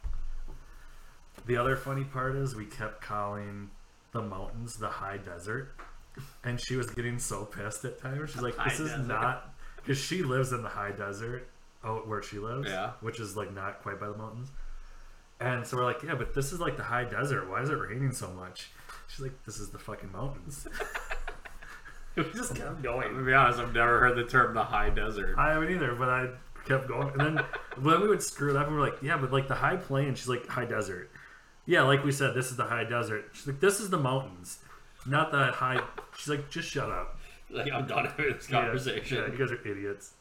[SPEAKER 1] The other funny part is we kept calling the mountains the high desert, and she was getting so pissed at times. She's like,
[SPEAKER 2] High
[SPEAKER 1] "This is
[SPEAKER 2] desert.
[SPEAKER 1] not," because she lives in the high desert, out where she lives,
[SPEAKER 2] Yeah.
[SPEAKER 1] which is like not quite by the mountains. And so we're like, "Yeah, but this is like the high desert. Why is it raining so much?" She's like, "This is the fucking mountains." we just kept going.
[SPEAKER 2] To be honest, I've never heard the term the high desert.
[SPEAKER 1] I haven't either, but I kept going. And then then we would screw it up and we're like, yeah, but like the high plain, she's like, high desert. Yeah, like we said, this is the high desert. She's like, this is the mountains, not the high. She's like, just shut up.
[SPEAKER 2] Like, I'm done with this
[SPEAKER 1] Yeah,
[SPEAKER 2] conversation.
[SPEAKER 1] Yeah, you guys are idiots.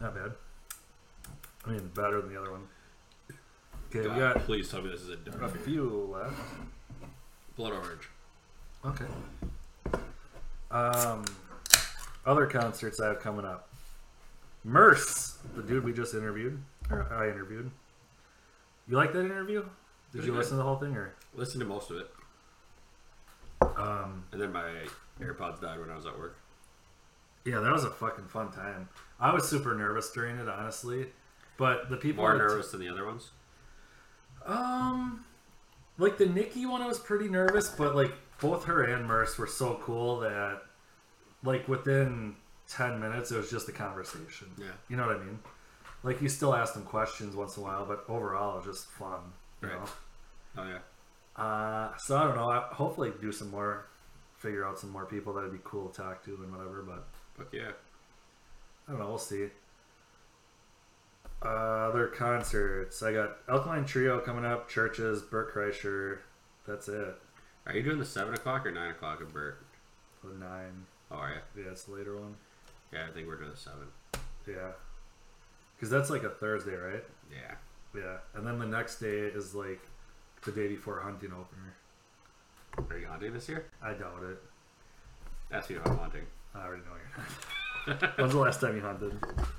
[SPEAKER 1] Not bad. I mean, better than the other one. Okay, we
[SPEAKER 2] God,
[SPEAKER 1] got
[SPEAKER 2] please tell me this is a
[SPEAKER 1] a
[SPEAKER 2] dark
[SPEAKER 1] few left.
[SPEAKER 2] blood orange.
[SPEAKER 1] Okay. Um, other concerts I have coming up. Merce, the dude we just interviewed, or I interviewed. You like that interview? Did
[SPEAKER 2] Pretty
[SPEAKER 1] you
[SPEAKER 2] good.
[SPEAKER 1] listen to the whole thing, or
[SPEAKER 2] Listen to most of it,
[SPEAKER 1] um,
[SPEAKER 2] and then my AirPods died when I was at work.
[SPEAKER 1] yeah, that was a fucking fun time. I was super nervous during it, honestly, but the people
[SPEAKER 2] More
[SPEAKER 1] at the t-
[SPEAKER 2] nervous than the other ones.
[SPEAKER 1] Um, like the Nikki one, I was pretty nervous, but like both her and Merce were so cool that, like within ten minutes, it was just a conversation.
[SPEAKER 2] Yeah.
[SPEAKER 1] you know what I mean. Like you still ask them questions once in a while, but overall, it was just fun. You
[SPEAKER 2] Right. Oh yeah.
[SPEAKER 1] know. Uh, so I don't know. I hopefully do some more, figure out some more people that'd be cool to talk to and whatever. But
[SPEAKER 2] Fuck yeah.
[SPEAKER 1] I don't know. We'll see. Uh, other concerts. I got Alkaline Trio coming up. Churches. Burt Kreischer. That's it.
[SPEAKER 2] Are you doing the seven o'clock or nine o'clock at Bert?
[SPEAKER 1] The nine.
[SPEAKER 2] Oh, are you?
[SPEAKER 1] Yeah, it's the later one.
[SPEAKER 2] Yeah, I think we're doing the seven.
[SPEAKER 1] Yeah. Because that's like a Thursday, right?
[SPEAKER 2] Yeah.
[SPEAKER 1] Yeah. And then the next day is like the day before hunting opener.
[SPEAKER 2] Are you hunting this year?
[SPEAKER 1] I doubt it.
[SPEAKER 2] Ask me if I'm hunting.
[SPEAKER 1] I already know you're not. When's the last time you hunted?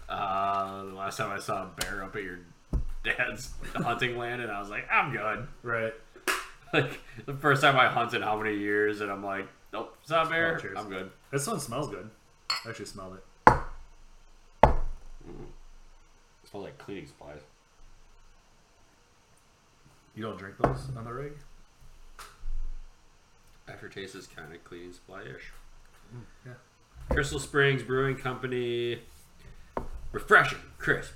[SPEAKER 2] Uh, the last time I saw a bear up at your dad's hunting land, and I was like, I'm good.
[SPEAKER 1] Right.
[SPEAKER 2] Like the first time I hunted, how many years? And I'm like, nope, it's not a bear.
[SPEAKER 1] Oh, cheers.
[SPEAKER 2] I'm good.
[SPEAKER 1] This one smells good. I actually smelled it.
[SPEAKER 2] It smells like cleaning supplies.
[SPEAKER 1] You don't drink those on the rig?
[SPEAKER 2] Aftertaste is kind of cleaning supply ish.
[SPEAKER 1] Mm, yeah.
[SPEAKER 2] Crystal Springs Brewing Company. Refreshing, crisp,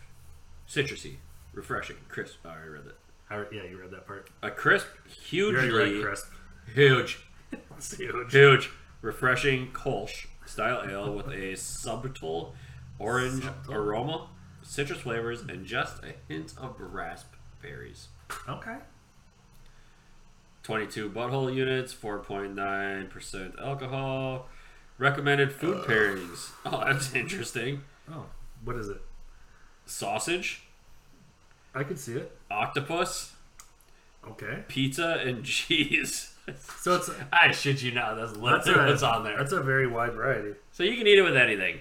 [SPEAKER 2] citrusy, refreshing, crisp. Oh, I already read that.
[SPEAKER 1] How, yeah, you read that part.
[SPEAKER 2] A crisp,
[SPEAKER 1] You
[SPEAKER 2] hugely
[SPEAKER 1] already read crisp.
[SPEAKER 2] huge,
[SPEAKER 1] It's huge.
[SPEAKER 2] huge, refreshing Kolsch style ale with a subtle orange
[SPEAKER 1] Subtle.
[SPEAKER 2] aroma, citrus flavors, and just a hint of raspberries.
[SPEAKER 1] Okay.
[SPEAKER 2] 22 butthole units, 4.9% alcohol. Recommended food pairings. Oh, that's interesting.
[SPEAKER 1] Oh, what is it?
[SPEAKER 2] Sausage,
[SPEAKER 1] I can see it.
[SPEAKER 2] octopus,
[SPEAKER 1] Okay.
[SPEAKER 2] pizza, and cheese.
[SPEAKER 1] So it's
[SPEAKER 2] I shit you not. That's
[SPEAKER 1] that's
[SPEAKER 2] literally
[SPEAKER 1] a,
[SPEAKER 2] what's on there.
[SPEAKER 1] That's a very wide variety.
[SPEAKER 2] So you can eat it with anything.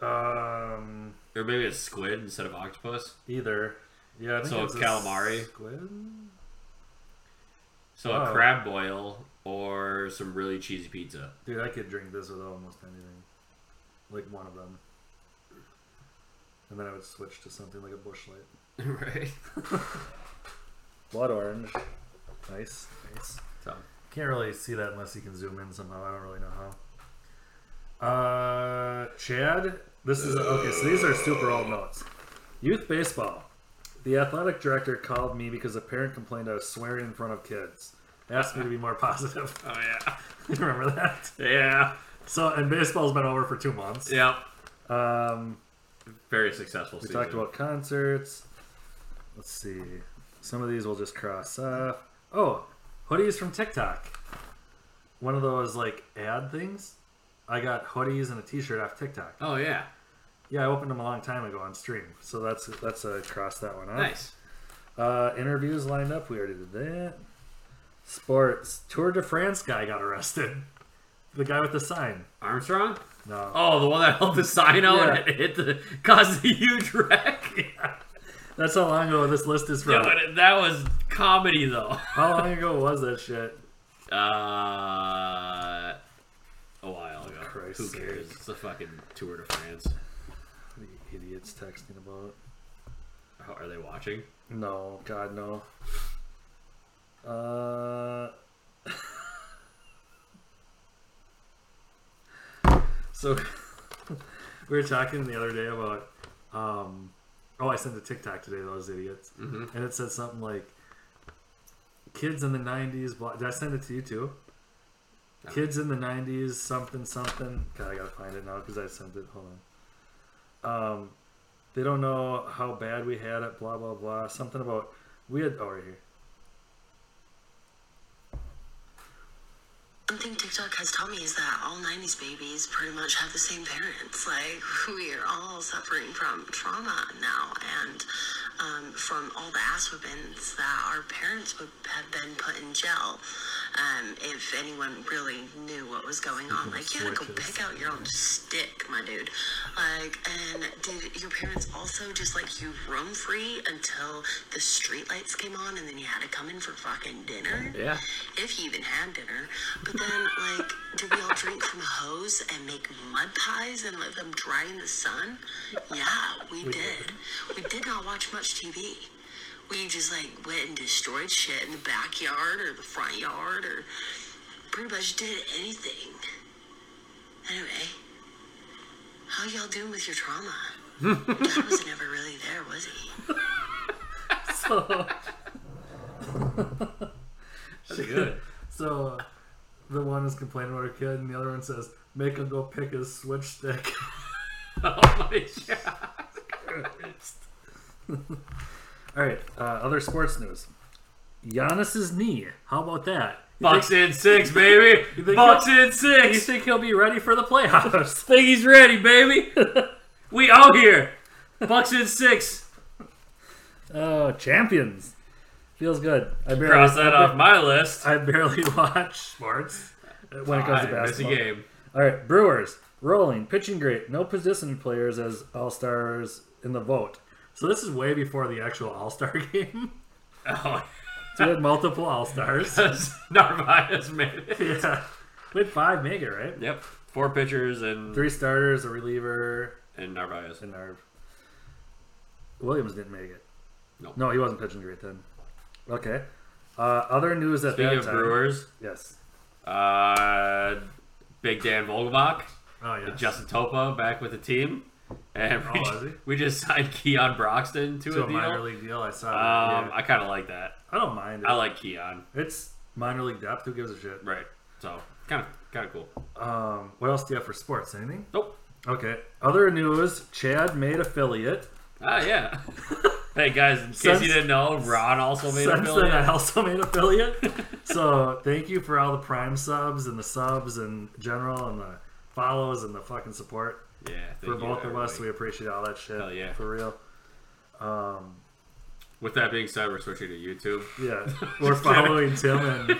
[SPEAKER 1] Um,
[SPEAKER 2] Or maybe it's squid instead of octopus.
[SPEAKER 1] either. Yeah. I think
[SPEAKER 2] So
[SPEAKER 1] it's a
[SPEAKER 2] calamari.
[SPEAKER 1] Squid.
[SPEAKER 2] So
[SPEAKER 1] Oh.
[SPEAKER 2] a crab boil or some really cheesy pizza.
[SPEAKER 1] Dude, I could drink this with almost anything. Like one of them. And then I would switch to something like a bush light.
[SPEAKER 2] right.
[SPEAKER 1] Blood orange. Nice. Nice.
[SPEAKER 2] So
[SPEAKER 1] Can't really see that unless you can zoom in somehow. I don't really know how. Uh, Chad, this is okay. So these are super old notes. Youth baseball. The athletic director called me because a parent complained I was swearing in front of kids. Asked me to be more positive.
[SPEAKER 2] Oh yeah.
[SPEAKER 1] Remember that?
[SPEAKER 2] Yeah.
[SPEAKER 1] So, and baseball's been over for two months.
[SPEAKER 2] Yep.
[SPEAKER 1] Um,
[SPEAKER 2] Very successful
[SPEAKER 1] We
[SPEAKER 2] season.
[SPEAKER 1] talked about concerts. Let's see. Some of these we'll just cross off. Oh, hoodies from TikTok. One of those like ad things. I got hoodies and a T-shirt off TikTok.
[SPEAKER 2] Oh yeah.
[SPEAKER 1] Yeah, I opened them a long time ago on stream, so that's that's a cross that one off.
[SPEAKER 2] Nice.
[SPEAKER 1] Uh, interviews lined up. We already did that. Sports Tour de France guy got arrested. The guy with the sign.
[SPEAKER 2] Armstrong?
[SPEAKER 1] No.
[SPEAKER 2] Oh, the one that held the sign out
[SPEAKER 1] Yeah.
[SPEAKER 2] and it hit the caused a huge wreck.
[SPEAKER 1] That's how long ago this list is
[SPEAKER 2] Yeah,
[SPEAKER 1] from.
[SPEAKER 2] but that was comedy though.
[SPEAKER 1] How long ago was that shit?
[SPEAKER 2] Uh, a while ago.
[SPEAKER 1] Christ's
[SPEAKER 2] Who
[SPEAKER 1] sake.
[SPEAKER 2] cares? It's the fucking Tour de France.
[SPEAKER 1] The idiots texting about it.
[SPEAKER 2] How- Are they watching?
[SPEAKER 1] No, God, no. Uh. so, we were talking the other day about. Um, oh, I sent a TikTok today, those idiots. And it said something like Kids in the 90s. Blah, did I send it to you too?
[SPEAKER 2] No.
[SPEAKER 1] Kids in the 90s, something, something. God, I gotta find it now because I sent it. Hold on. Um, they don't know how bad we had it, blah, blah, blah. Something about. We had. Oh, right here.
[SPEAKER 4] Something TikTok has taught me is that all 90s babies pretty much have the same parents. Like, we are all suffering from trauma now and um, from all the ass whippings that our parents would have been put in jail um, if anyone really knew what was going on. Like, you had to go
[SPEAKER 1] Switches.
[SPEAKER 4] pick out your own stick, my dude. Like, and did your parents also just like you roam free until the streetlights came on and then you had to come in for fucking dinner?
[SPEAKER 2] Yeah.
[SPEAKER 4] if you even had dinner. But then, like, do we all drink from a hose and make mud pies and let them dry in the sun? Yeah, we did. We did not watch much TV. We just like went and destroyed shit in the backyard or the front yard or pretty much did anything. Anyway, how y'all doing with your trauma? Dad was never really there, was he?
[SPEAKER 1] So.
[SPEAKER 2] That's good.
[SPEAKER 1] So uh, the one is complaining about her kid, and the other one says, "Make him go pick his switch stick."
[SPEAKER 2] oh my god.
[SPEAKER 1] All right, uh, other sports news. Giannis's knee. How about that? You
[SPEAKER 2] Bucks
[SPEAKER 1] think,
[SPEAKER 2] in six, baby.
[SPEAKER 1] think
[SPEAKER 2] Bucks in six.
[SPEAKER 1] you think he'll be ready for the playoffs?
[SPEAKER 2] Think he's ready, baby. we out here. Bucks in six.
[SPEAKER 1] oh, champions! Feels good. I barely
[SPEAKER 2] Cross that off my list.
[SPEAKER 1] I barely watch sports when it comes to
[SPEAKER 2] I missed a
[SPEAKER 1] basketball.
[SPEAKER 2] game.
[SPEAKER 1] All right, Brewers rolling, pitching great. No position players as all stars in the vote. So this is way before the actual All Star game.
[SPEAKER 2] Oh,
[SPEAKER 1] So we had multiple All Stars.
[SPEAKER 2] Narvaez made it.
[SPEAKER 1] yeah. We had five make it, right?
[SPEAKER 2] Yep. Four pitchers and
[SPEAKER 1] Three starters, a reliever,
[SPEAKER 2] and Narvaez.
[SPEAKER 1] and Narv. Williams didn't make it.
[SPEAKER 2] No.
[SPEAKER 1] No, he wasn't pitching great then. Okay. Uh, other news at
[SPEAKER 2] Speaking
[SPEAKER 1] that
[SPEAKER 2] of
[SPEAKER 1] time.
[SPEAKER 2] Brewers,
[SPEAKER 1] Yes.
[SPEAKER 2] uh, Big Dan Vogelbach,
[SPEAKER 1] Oh yeah.
[SPEAKER 2] Justin Topa back with the team. and we,
[SPEAKER 1] Oh,
[SPEAKER 2] just,
[SPEAKER 1] is he?
[SPEAKER 2] we just signed Keon Broxton to,
[SPEAKER 1] to
[SPEAKER 2] a
[SPEAKER 1] a
[SPEAKER 2] deal.
[SPEAKER 1] minor league deal. I saw. that,
[SPEAKER 2] Um,
[SPEAKER 1] yeah.
[SPEAKER 2] I kind of like that.
[SPEAKER 1] I don't mind it.
[SPEAKER 2] I like Keon.
[SPEAKER 1] it's minor league depth. Who gives a shit?
[SPEAKER 2] Right. So kind of kind of cool.
[SPEAKER 1] Um, what else do you have for sports? Anything?
[SPEAKER 2] Nope.
[SPEAKER 1] Okay. Other news: Chad made affiliate.
[SPEAKER 2] Ah yeah. hey guys, in case
[SPEAKER 1] Since-
[SPEAKER 2] you didn't know, Ron also made a
[SPEAKER 1] Since then, uh, I
[SPEAKER 2] affiliate.
[SPEAKER 1] also made affiliate. so thank you for all the prime subs and the subs and general and the follows and the fucking support
[SPEAKER 2] Yeah. thank
[SPEAKER 1] for
[SPEAKER 2] you,
[SPEAKER 1] both of us.
[SPEAKER 2] everybody.
[SPEAKER 1] We appreciate all that shit.
[SPEAKER 2] Hell yeah.
[SPEAKER 1] For real. Um,
[SPEAKER 2] With that being said, we're switching to YouTube.
[SPEAKER 1] yeah. We're following Tim and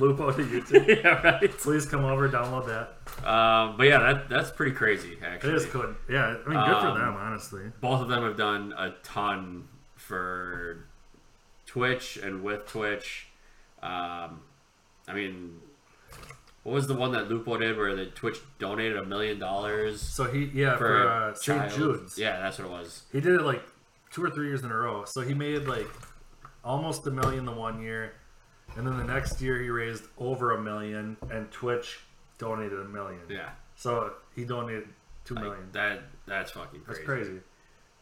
[SPEAKER 1] Lupo to YouTube.
[SPEAKER 2] yeah, right.
[SPEAKER 1] Please come over, download that.
[SPEAKER 2] Um, but yeah, that that's pretty crazy
[SPEAKER 1] It
[SPEAKER 2] actually.
[SPEAKER 1] is good. Yeah, I mean, good for
[SPEAKER 2] Um,
[SPEAKER 1] them, honestly.
[SPEAKER 2] both of them have done a ton for Twitch and with Twitch. Um, I mean, what was the one that Lupo did where the Twitch donated a million dollars
[SPEAKER 1] So he, yeah, for,
[SPEAKER 2] for a
[SPEAKER 1] uh, St.
[SPEAKER 2] child?
[SPEAKER 1] Jude's,
[SPEAKER 2] Yeah, that's what it was.
[SPEAKER 1] he did it like two or three years in a row. So he made like almost a million the one year, and then the next year he raised over a million, and Twitch donated a million.
[SPEAKER 2] Yeah,
[SPEAKER 1] So he donated two million.
[SPEAKER 2] like, that that's fucking
[SPEAKER 1] That's
[SPEAKER 2] crazy.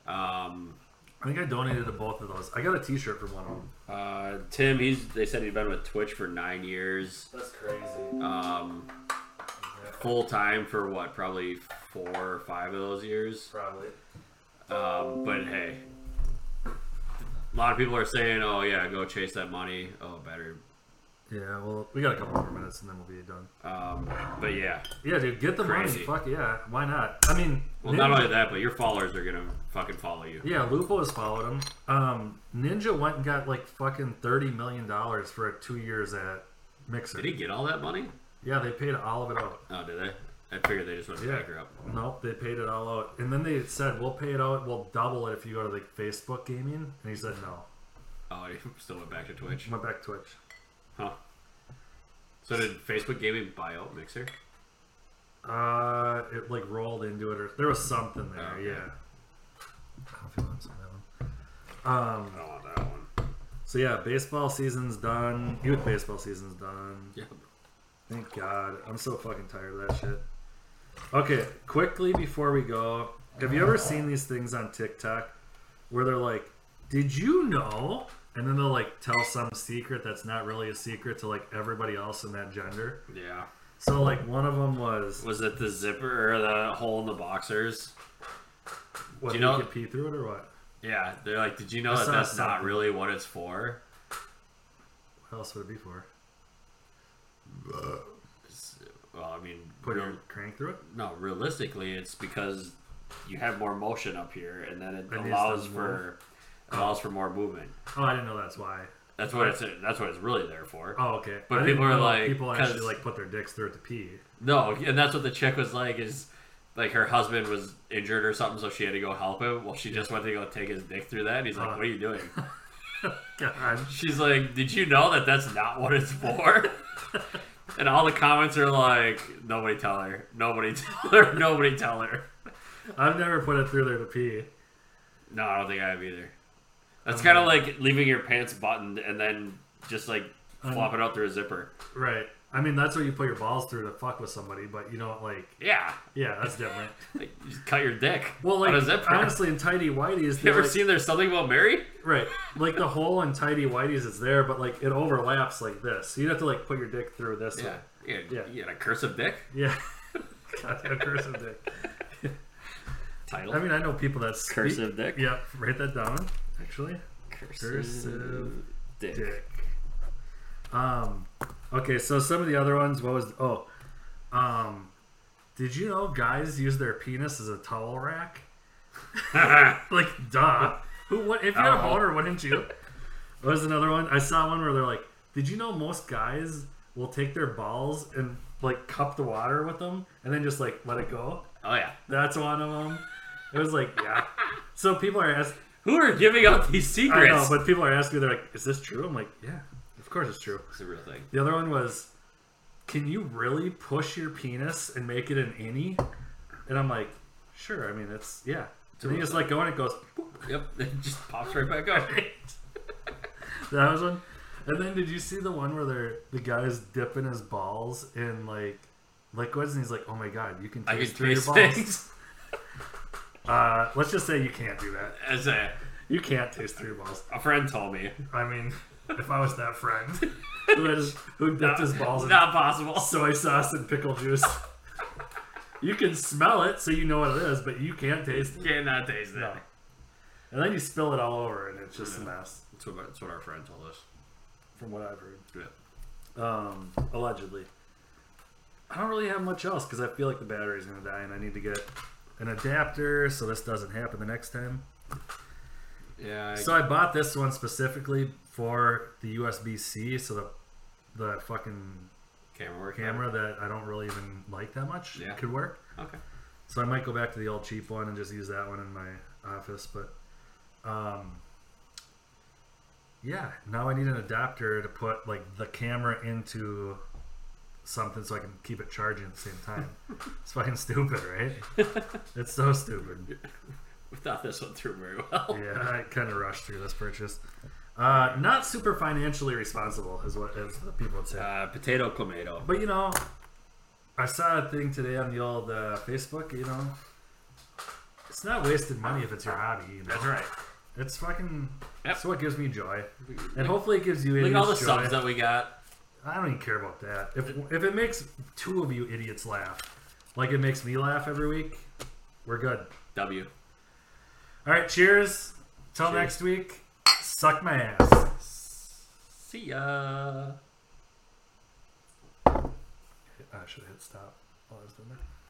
[SPEAKER 1] crazy.
[SPEAKER 2] Um,
[SPEAKER 1] I think I donated to both of those. I got a T-shirt for one of them.
[SPEAKER 2] uh, Tim, he's they said he'd been with Twitch for nine years,
[SPEAKER 1] That's crazy.
[SPEAKER 2] um, full time for what, probably four or five of those years.
[SPEAKER 1] Probably.
[SPEAKER 2] Um, but hey, a lot of people are saying, "Oh yeah, go chase that money." Oh, better.
[SPEAKER 1] Yeah. Well, we got a couple more minutes, and then we'll be done.
[SPEAKER 2] Um, but yeah,
[SPEAKER 1] Yeah, dude, get the
[SPEAKER 2] Crazy.
[SPEAKER 1] money. Fuck yeah. Why not? I mean,
[SPEAKER 2] well,
[SPEAKER 1] Ninja-
[SPEAKER 2] not only that, but your followers are gonna fucking follow you.
[SPEAKER 1] Yeah, Lupo has followed him. Um, Ninja went and got like fucking thirty million dollars for two years at Mixer.
[SPEAKER 2] Did he get all that money?
[SPEAKER 1] Yeah, they paid all of it out.
[SPEAKER 2] Oh, did they? I figured they just went
[SPEAKER 1] Yeah.
[SPEAKER 2] bankrupt.
[SPEAKER 1] Nope, they paid it all out, and then they said we'll pay it out. We'll double it if you go to like Facebook Gaming, and he said no.
[SPEAKER 2] Oh, he still went back to Twitch.
[SPEAKER 1] Went back to Twitch.
[SPEAKER 2] Huh. So did Facebook Gaming buy out Mixer?
[SPEAKER 1] Uh, it like rolled into it, or there was something there.
[SPEAKER 2] Oh, okay.
[SPEAKER 1] Yeah. I don't feel like some of that one.
[SPEAKER 2] I don't want that one.
[SPEAKER 1] So yeah, baseball season's done. Youth baseball season's done.
[SPEAKER 2] Yeah.
[SPEAKER 1] Thank God. I'm so fucking tired of that shit. Okay, quickly before we go, have you ever seen these things on TikTok where they're like, "Did you know?" and then they'll like tell some secret that's not really a secret to like everybody else in that gender.
[SPEAKER 2] Yeah.
[SPEAKER 1] So like one of them was
[SPEAKER 2] Was it the zipper or the hole in the boxers?
[SPEAKER 1] what
[SPEAKER 2] Do you
[SPEAKER 1] you
[SPEAKER 2] know-
[SPEAKER 1] could pee through it or what?
[SPEAKER 2] Yeah, they're like, did you know that
[SPEAKER 1] saw
[SPEAKER 2] that's not
[SPEAKER 1] something.
[SPEAKER 2] really what it's for?
[SPEAKER 1] What else would it be for?
[SPEAKER 2] It's- Well, I mean,
[SPEAKER 1] Put
[SPEAKER 2] real-
[SPEAKER 1] your crank through it?
[SPEAKER 2] No, realistically, it's because you have more motion up here, and then it
[SPEAKER 1] It needs
[SPEAKER 2] allows
[SPEAKER 1] to
[SPEAKER 2] for allows for more movement.
[SPEAKER 1] Oh, I didn't know that's why.
[SPEAKER 2] That's what it's that's what it's really there for.
[SPEAKER 1] Oh, okay.
[SPEAKER 2] But
[SPEAKER 1] I didn't
[SPEAKER 2] people are
[SPEAKER 1] know
[SPEAKER 2] like-
[SPEAKER 1] people actually
[SPEAKER 2] 'cause-
[SPEAKER 1] like put their dicks through it to pee.
[SPEAKER 2] No, and that's what the chick was like is like her husband was injured or something, so she had to go help him. Well, she just went to go take his dick through that, and he's like,
[SPEAKER 1] Uh.
[SPEAKER 2] "What are you doing?"
[SPEAKER 1] God.
[SPEAKER 2] She's like, "Did you know that that's not what it's for?" and all the comments are like, "Nobody tell her, nobody tell her, nobody tell her."
[SPEAKER 1] I've never put it through there to pee.
[SPEAKER 2] No, I don't think I have either. That's kind of like leaving your pants buttoned and then just like flop it out through a zipper.
[SPEAKER 1] Right. I mean, that's where you put your balls through to fuck with somebody, but you don't like.
[SPEAKER 2] Yeah,
[SPEAKER 1] Yeah, that's different.
[SPEAKER 2] like, you just cut your dick.
[SPEAKER 1] Well, like
[SPEAKER 2] on a zipper.
[SPEAKER 1] honestly, in tidy whities,
[SPEAKER 2] you
[SPEAKER 1] they're
[SPEAKER 2] ever
[SPEAKER 1] like,
[SPEAKER 2] seen there's something about Mary?
[SPEAKER 1] right? Like the hole in tidy whities is there, but like it overlaps like this. So you'd have to like put your dick through this.
[SPEAKER 2] Yeah,
[SPEAKER 1] One.
[SPEAKER 2] yeah,
[SPEAKER 1] Yeah.
[SPEAKER 2] You got a cursive dick
[SPEAKER 1] Yeah. God, that cursive dick.
[SPEAKER 2] title.
[SPEAKER 1] I mean, I know people that speak-
[SPEAKER 2] cursive dick.
[SPEAKER 1] Yeah, write that down. Actually,
[SPEAKER 2] cursive,
[SPEAKER 1] cursive
[SPEAKER 2] dick.
[SPEAKER 1] dick. Um, okay, so some of the other ones. What was oh, um, did you know guys use their penis as a towel rack? like, duh. Who? What? If you had a
[SPEAKER 2] Uh-huh.
[SPEAKER 1] boner, wouldn't you? What was another one? I saw one where they're like, "Did you know most guys will take their balls and like cup the water with them and then just like let it go?"
[SPEAKER 2] Oh yeah.
[SPEAKER 1] That's one of them. It was like, yeah. So people are asking.
[SPEAKER 2] Who are giving out these
[SPEAKER 1] I
[SPEAKER 2] secrets?
[SPEAKER 1] know, but people are asking. They're like, "Is this true?" I'm like, "Yeah, of course it's true."
[SPEAKER 2] it's a real thing.
[SPEAKER 1] The other one was, can you really push your penis and make it an innie? And I'm like, sure. I mean, it's yeah. And you just let go and it goes. boop.
[SPEAKER 2] Yep, it just pops right back up.
[SPEAKER 1] That was one. And then did you see the one where they're the guy's dipping his balls in like liquids and he's like, oh my god, you can taste
[SPEAKER 2] I can
[SPEAKER 1] through your
[SPEAKER 2] taste
[SPEAKER 1] balls.
[SPEAKER 2] things.
[SPEAKER 1] Uh, let's just say you can't do that.
[SPEAKER 2] As a,
[SPEAKER 1] You can't taste three balls.
[SPEAKER 2] a friend told me,
[SPEAKER 1] I mean, if I was that friend who, had his, who dipped his balls in
[SPEAKER 2] not possible.
[SPEAKER 1] soy sauce and pickle juice, you can smell it, so you know what it is, but you can't taste it.
[SPEAKER 2] Cannot taste that.
[SPEAKER 1] No. And then you spill it all over, and it's just a mess,
[SPEAKER 2] That's, what, that's what our friend told us.
[SPEAKER 1] from what I've heard.
[SPEAKER 2] Yeah.
[SPEAKER 1] Um, allegedly. I don't really have much else because I feel like the battery's gonna die, and I need to get an adapter so this doesn't happen the next time.
[SPEAKER 2] Yeah. I,
[SPEAKER 1] So I bought this one specifically for the USB C, so the the fucking
[SPEAKER 2] camera work.
[SPEAKER 1] camera that I don't really even like that much
[SPEAKER 2] Yeah.
[SPEAKER 1] could work.
[SPEAKER 2] Okay.
[SPEAKER 1] So I might go back to the old cheap one and just use that one in my office. But um, yeah, now I need an adapter to put like the camera into something so I can keep it charging at the same time. it's fucking stupid, right? it's so stupid.
[SPEAKER 2] We thought this one through very well.
[SPEAKER 1] Yeah, I kind of rushed through this purchase. Uh, not super financially responsible is what is what people would say.
[SPEAKER 2] Uh, potato clamato.
[SPEAKER 1] But you know, I saw a thing today on the old uh, Facebook. You know, it's not wasted money if it's your hobby. You know? That's right. It's fucking.
[SPEAKER 2] Yep.
[SPEAKER 1] That's what gives me joy, and hopefully it gives you
[SPEAKER 2] Look
[SPEAKER 1] idiots
[SPEAKER 2] at all the
[SPEAKER 1] joy.
[SPEAKER 2] subs that we got.
[SPEAKER 1] I don't even care about that. If if it makes two of you idiots laugh, like it makes me laugh every week, we're good.
[SPEAKER 2] W.
[SPEAKER 1] All right, cheers. Till
[SPEAKER 2] Cheers.
[SPEAKER 1] next week. Suck my ass.
[SPEAKER 2] See ya.
[SPEAKER 1] I should hit stop while I was doing that.